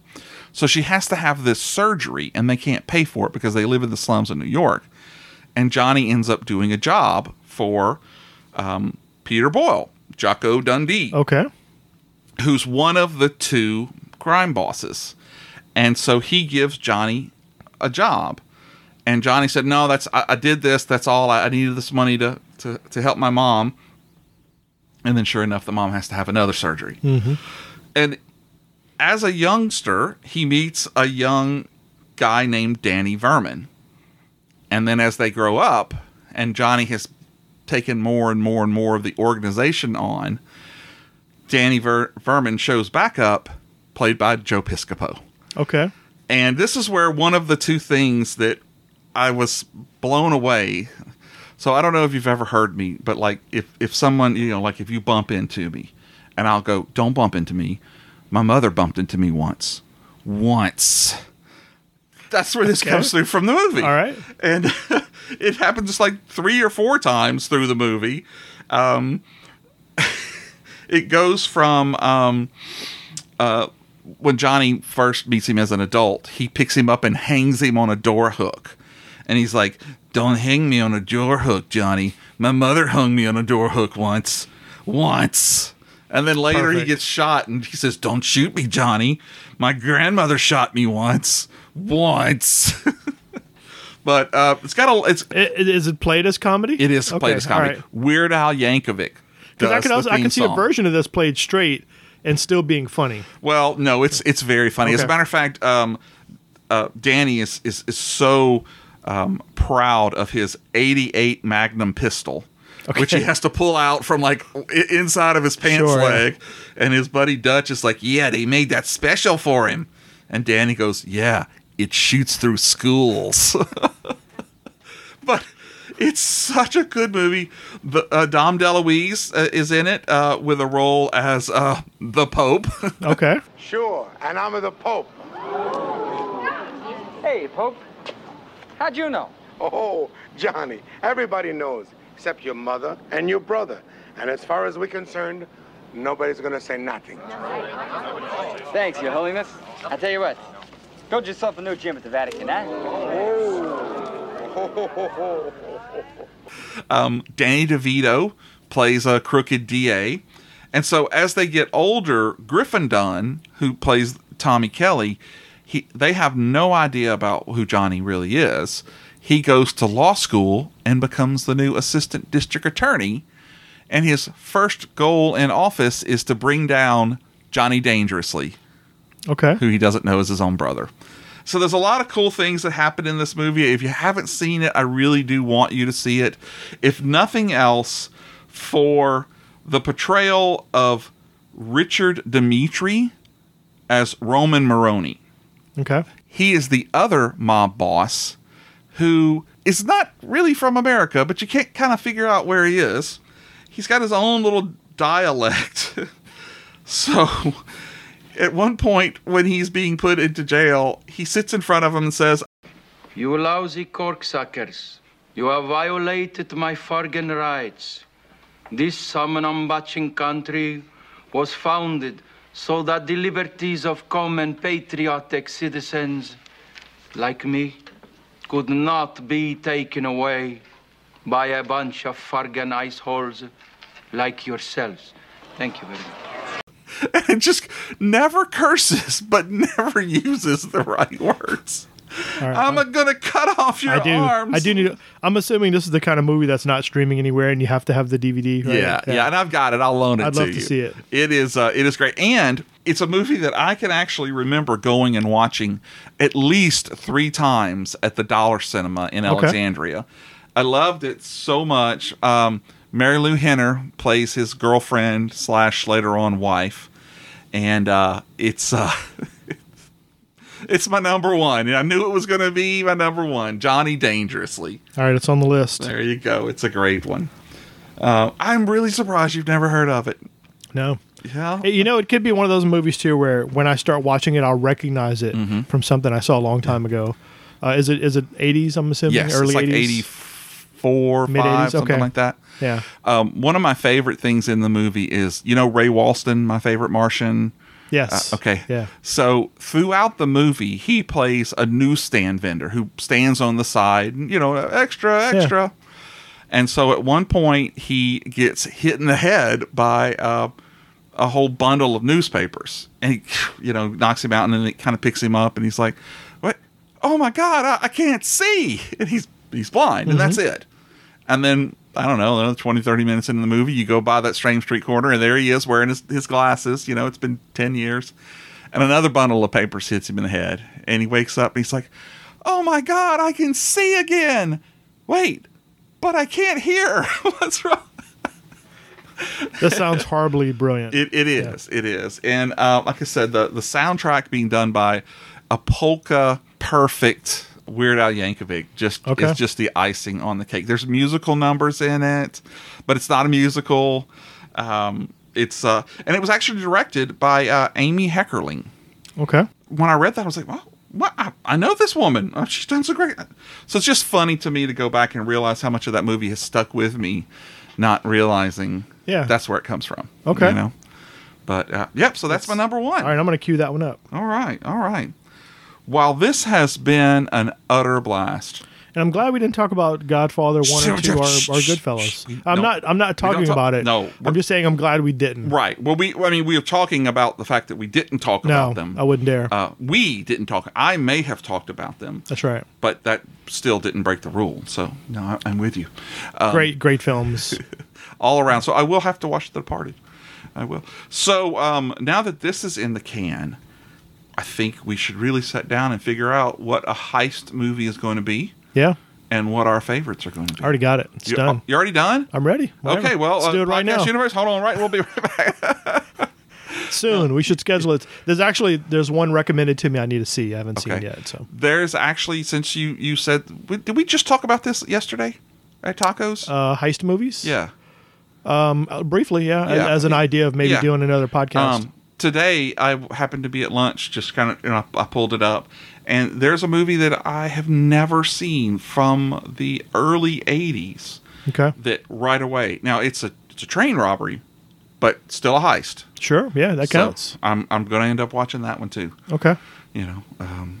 So she has to have this surgery, and they can't pay for it because they live in the slums of New York. And Johnny ends up doing a job for um, Peter Boyle, Jocko Dundee
Okay.
who's one of the two crime bosses. And so he gives Johnny a job. And Johnny said, No, that's I, I did this, that's all. I, I needed this money to, to, to help my mom. And then sure enough, the mom has to have another surgery.
Mm-hmm.
And as a youngster, he meets a young guy named Danny Vermin. And then as they grow up, and Johnny has taken more and more and more of the organization on, Danny Ver- Vermin shows back up, played by Joe Piscopo.
Okay.
And this is where one of the two things that I was blown away. So I don't know if you've ever heard me, but like if if someone, you know, like if you bump into me and I'll go, "Don't bump into me." My mother bumped into me once. Once. That's where this
Okay.
comes through from the movie.
All right.
And it happens just like three or four times through the movie. Um, it goes from um, uh, when Johnny first meets him as an adult, he picks him up and hangs him on a door hook. And he's like, Don't hang me on a door hook, Johnny. My mother hung me on a door hook once. Once. And then later he
Perfect.
gets shot and he says, Don't shoot me, Johnny. My grandmother shot me once. Once. but uh, it's got a. It's,
Is it played as comedy?
It is played
Okay,
as
all
comedy.
right.
Weird Al Yankovic.
Because I
does
can
the
also, I
theme
can see a
song.
version of this played straight and still being funny.
Well, no, it's it's very funny. As a
Okay.
matter of fact, um, uh, Danny is is, is so um, proud of his '88 Magnum pistol, which he
Okay.
has to pull out from like i- inside of his pants
Sure.
leg. And his buddy Dutch is like, "Yeah, they made that special for him." And Danny goes, "Yeah, it shoots through schools." but it's such a good movie. The, uh, Dom DeLuise uh, is in it uh, with a role as uh, the Pope.
Okay.
Sure, and I'm the Pope. Hey, Pope. How'd you know? Oh, Johnny, everybody knows, except your mother and your brother. And as far as we're concerned, nobody's gonna say nothing.
Thanks, Your Holiness. I tell you what, build yourself a new gym at the Vatican, eh?
um, Danny DeVito plays a crooked DA. And so as they get older, Griffin Dunn, who plays Tommy Kelly, he they have no idea about who Johnny really is. He goes to law school and becomes the new assistant district attorney. And his first goal in office is to bring down Johnny Dangerously
Okay.
who he doesn't know is his own brother. So there's a lot of cool things that happen in this movie. If you haven't seen it, I really do want you to see it. If nothing else, for the portrayal of Richard Dimitri as Roman Maroney
Okay.
he is the other mob boss who is not really from America, but you can't kind of figure out where he is. He's got his own little dialect. so at one point, when he's being put into jail, he sits in front of him and says,
You lousy corksuckers. You have violated my Fargan rights. This Samanambachin country was founded so that the liberties of common patriotic citizens like me could not be taken away by a bunch of Fargan iceholes like yourselves. Thank you very much.
and just never curses, but never uses the right words.
All right.
I'm going to cut off your
I do.
arms.
I do need. I'm assuming this is the kind of movie that's not streaming anywhere, and you have to have the DVD. Right?
Yeah, yeah, and I've got it. I'll loan it
I'd
to
love
you.
to see it.
It is uh, it is great, and it's a movie that I can actually remember going and watching at least three times at the Dollar Cinema in
Okay.
Alexandria. I loved it so much. Um, Mary Lou Henner plays his girlfriend slash later on wife, and uh, it's. Uh, It's my number one, and I knew it was going to be my number one. Johnny Dangerously.
All right, it's on the list.
There you go. It's a great one. Uh, I'm really surprised you've never heard of it.
No.
Yeah.
You know, it could be one of those movies too, where when I start watching it, I'll recognize it
Mm-hmm.
from something I saw a long time ago. Uh, is it is it 80s? I'm assuming
Yes,
early
it's like
80s,
84,
mid
5, something
okay.
like that.
Yeah.
Um, one of my favorite things in the movie is, you know, Ray Walston, my favorite Martian.
Yes.
Uh, okay.
Yeah.
So throughout the movie, he plays a newsstand vendor who stands on the side, and, you know, extra, extra. And so at one point, he gets hit in the head by uh, a whole bundle of newspapers, and he, you know, knocks him out, and then it kind of picks him up, and he's like, "What? Oh my God, I, I can't see!" And he's he's blind,
Mm-hmm.
and that's it. And then I don't know, another 20, 30 minutes into the movie, you go by that strange street corner, and there he is wearing his, his glasses. You know, it's been ten years, and another bundle of papers hits him in the head, and he wakes up, and he's like, "Oh my God, I can see again! Wait, but I can't hear. What's wrong?"
This sounds horribly brilliant.
It, it is. It is. And uh, like I said, the, the soundtrack being done by a polka perfect Weird Al Yankovic just
Okay.
is just the icing on the cake. There's musical numbers in it, but it's not a musical. Um, It's uh, and it was actually directed by uh, Amy Heckerling.
Okay.
When I read that, I was like, "Wow, what? I, I know this woman. Oh, she's done so great." So it's just funny to me to go back and realize how much of that movie has stuck with me, not realizing
Yeah.
that's where it comes from.
Okay.
you know. But uh, yep, so that's, my number one.
All right, I'm going to cue that one up.
All right, all right. While this has been an utter blast,
And I'm glad we didn't talk about Godfather one or two or, or Goodfellas. I'm
No.
not. I'm not
We don't
talking
talk-
about it.
no,
I'm
we're-
just saying I'm glad we didn't.
right? Well, we I mean we were talking about the fact that we didn't talk
No,
about them.
I wouldn't dare.
Uh, we didn't talk. I may have talked about them,
That's right.
but that still didn't break the rule. So no, I, I'm with you. Um,
great, great films.
all around. So I will have to watch The Departed. I will. So um, now that this is in the can, I think we should really sit down and figure out what a heist movie is going to be
yeah,
and what our favorites are going to be.
I already got it. It's
you,
done.
You already done?
I'm ready. Whatever.
oh. Okay, well, uh,
let's do it right
Podcast
now.
Universe, hold on, right? We'll be right back.
Soon, we should schedule it. There's actually there's one recommended to me I need to see. I haven't seen
Okay.
yet. So
There's actually, since you you said, we- did we just talk about this yesterday at tacos?
uh, heist movies.
yeah.
Um, uh, briefly, yeah, as-
Yeah.
as an idea of maybe
Yeah.
doing another podcast.
Um, today, I happened to be at lunch, just kind of, you know, I pulled it up, and there's a movie that I have never seen from the early '80s
okay.
that right away. Now it's a it's a train robbery, but still a heist.
Sure. Yeah, that
So
counts.
I'm I'm going to end up watching that one too.
okay.
You know. Um,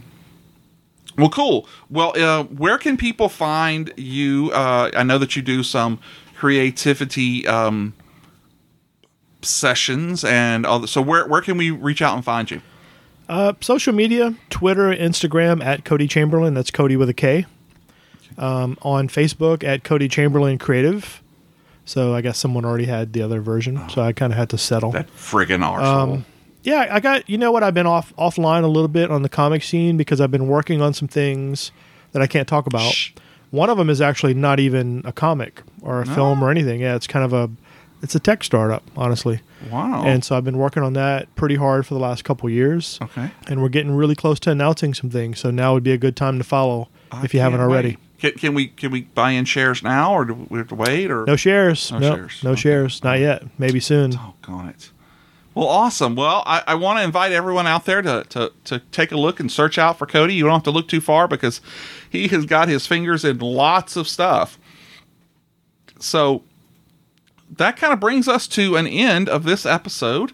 well, cool. Well, uh, where can people find you? Uh, I know that you do some creativity um, sessions and all. That. So where where can we reach out and find you?
Uh, social media, Twitter, Instagram at Cody Chamberlain. That's Cody with a K. Um, on Facebook at Cody Chamberlain Creative. So I guess someone already had the other version, so I kind of had to settle.
That friggin' arsehole.
Um, yeah, I got you know what I've been off offline a little bit on the comic scene because I've been working on some things that I can't talk about. One of them is actually not even a comic or a film or anything. Yeah, it's kind of a it's a tech startup, honestly.
wow.
And so I've been working on that pretty hard for the last couple years.
Okay.
And we're getting really close to announcing some things, so now would be a good time to follow
I
if you haven't
can't
already.
wait. Can, can we can we buy in shares now, or do we have to wait? Or
No shares.
No
No, no
shares.
shares. Not yet. Maybe soon.
Doggone it. Oh, Well, awesome. Well, I, I want to invite everyone out there to, to, to take a look and search out for Cody. You don't have to look too far because he has got his fingers in lots of stuff. So that kind of brings us to an end of this episode.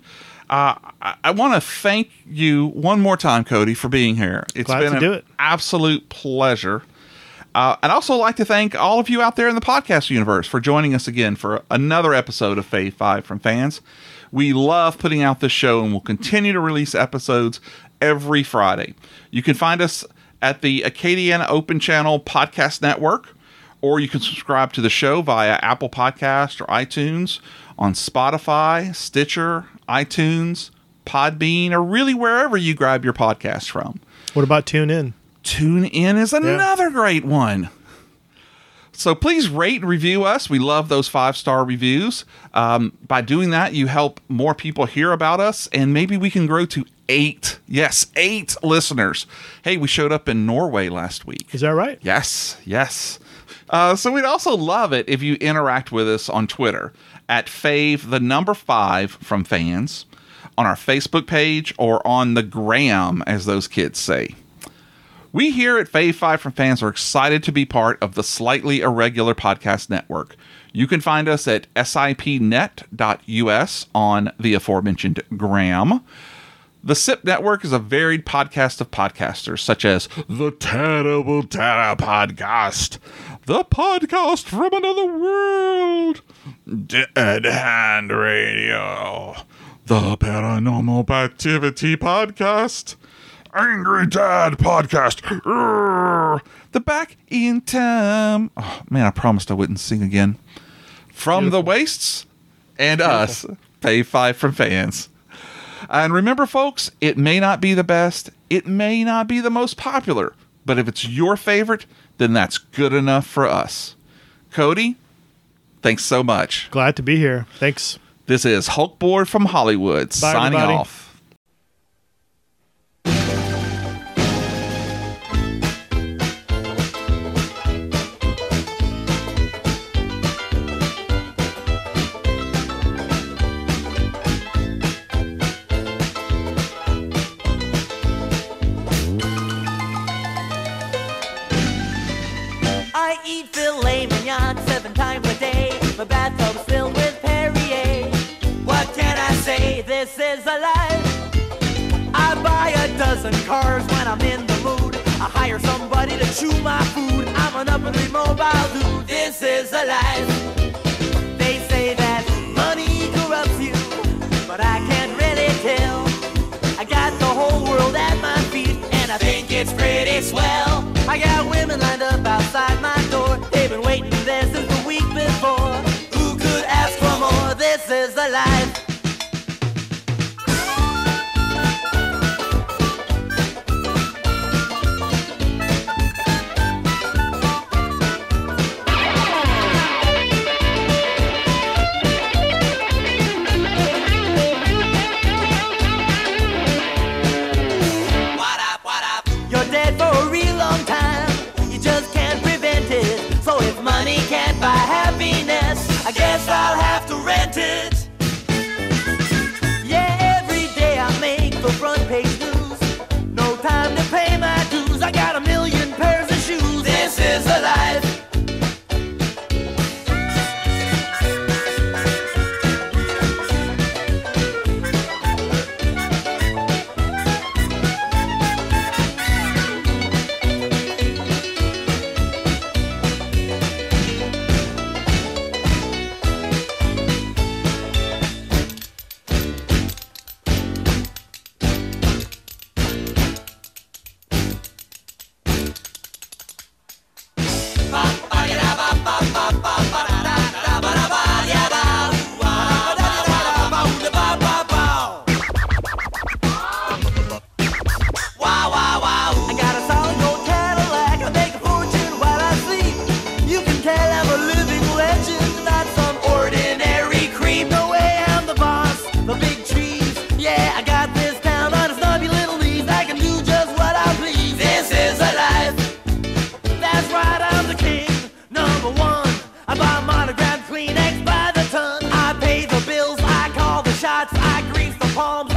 Uh, I, I want to thank you one more time, Cody, for being here. It's
Glad
been
to
an
do it.
absolute pleasure. Uh, I'd also like to thank all of you out there in the podcast universe for joining us again for another episode of Fave 5 from fans. We love putting out this show and we'll continue to release episodes every Friday. You can find us at the Acadiana Open Channel Podcast Network, or you can subscribe to the show via Apple Podcast or iTunes on Spotify, Stitcher, iTunes, Podbean, or really wherever you grab your podcast from.
What about tune in?
Tune in is another great one. So please rate and review us. We love those five star reviews. Um, by doing that, you help more people hear about us, and maybe we can grow to eight. Yes, eight listeners. Hey, we showed up in Norway last week.
Is that right?
Yes, yes. Uh, so we'd also love it if you interact with us on Twitter at fave the number five from fans, on our Facebook page, or on the gram, as those kids say. We here at Fave 5 from Fans are excited to be part of the Slightly Irregular Podcast Network. You can find us at sipnet.us on the aforementioned gram. The SIP Network is a varied podcast of podcasters, such as The Terrible Terror Podcast, The Podcast from Another World, Dead Hand Radio, The Paranormal Activity Podcast, Angry Dad Podcast, Urgh, The Back in Time. Oh, man, I promised I wouldn't sing again. From the Wastes and us, Pay Five from Fans. And remember, folks, it may not be the best, it may not be the most popular, but if it's your favorite, then that's good enough for us. Cody, thanks so much.
Glad to be here. Thanks.
This is Hulk Board from Hollywood
Bye,
signing
everybody.
off.
this is a life. I buy a dozen cars when I'm in the mood. I hire somebody to chew my food. I'm an up and mobile dude. This is a life. They say that money corrupts you, but I can't really tell. I got the whole world at my feet, and I think it's pretty swell. I got women lined up outside my door. They've been waiting there since the week before. Who could ask for more? This is the life. What up, what up? You're dead for a real long time. You just can't prevent it. So if money can't buy happiness, I guess I'll have to rent it. Yeah, every day I make the front page news. No time to pay my dues. I got a million pairs of shoes. This is the life. Wow, wow, wow. I got a solid gold Cadillac. I make a fortune while I sleep. You can tell I'm a living legend, not some ordinary creep. No way I'm the boss, the big trees. Yeah, I got this town on its knobby little knees. I can do just what I please. This is a life. That's right, I'm the king, number one. I buy monogrammed Kleenex by the ton. I pay the bills, I call the shots, I grease the palms,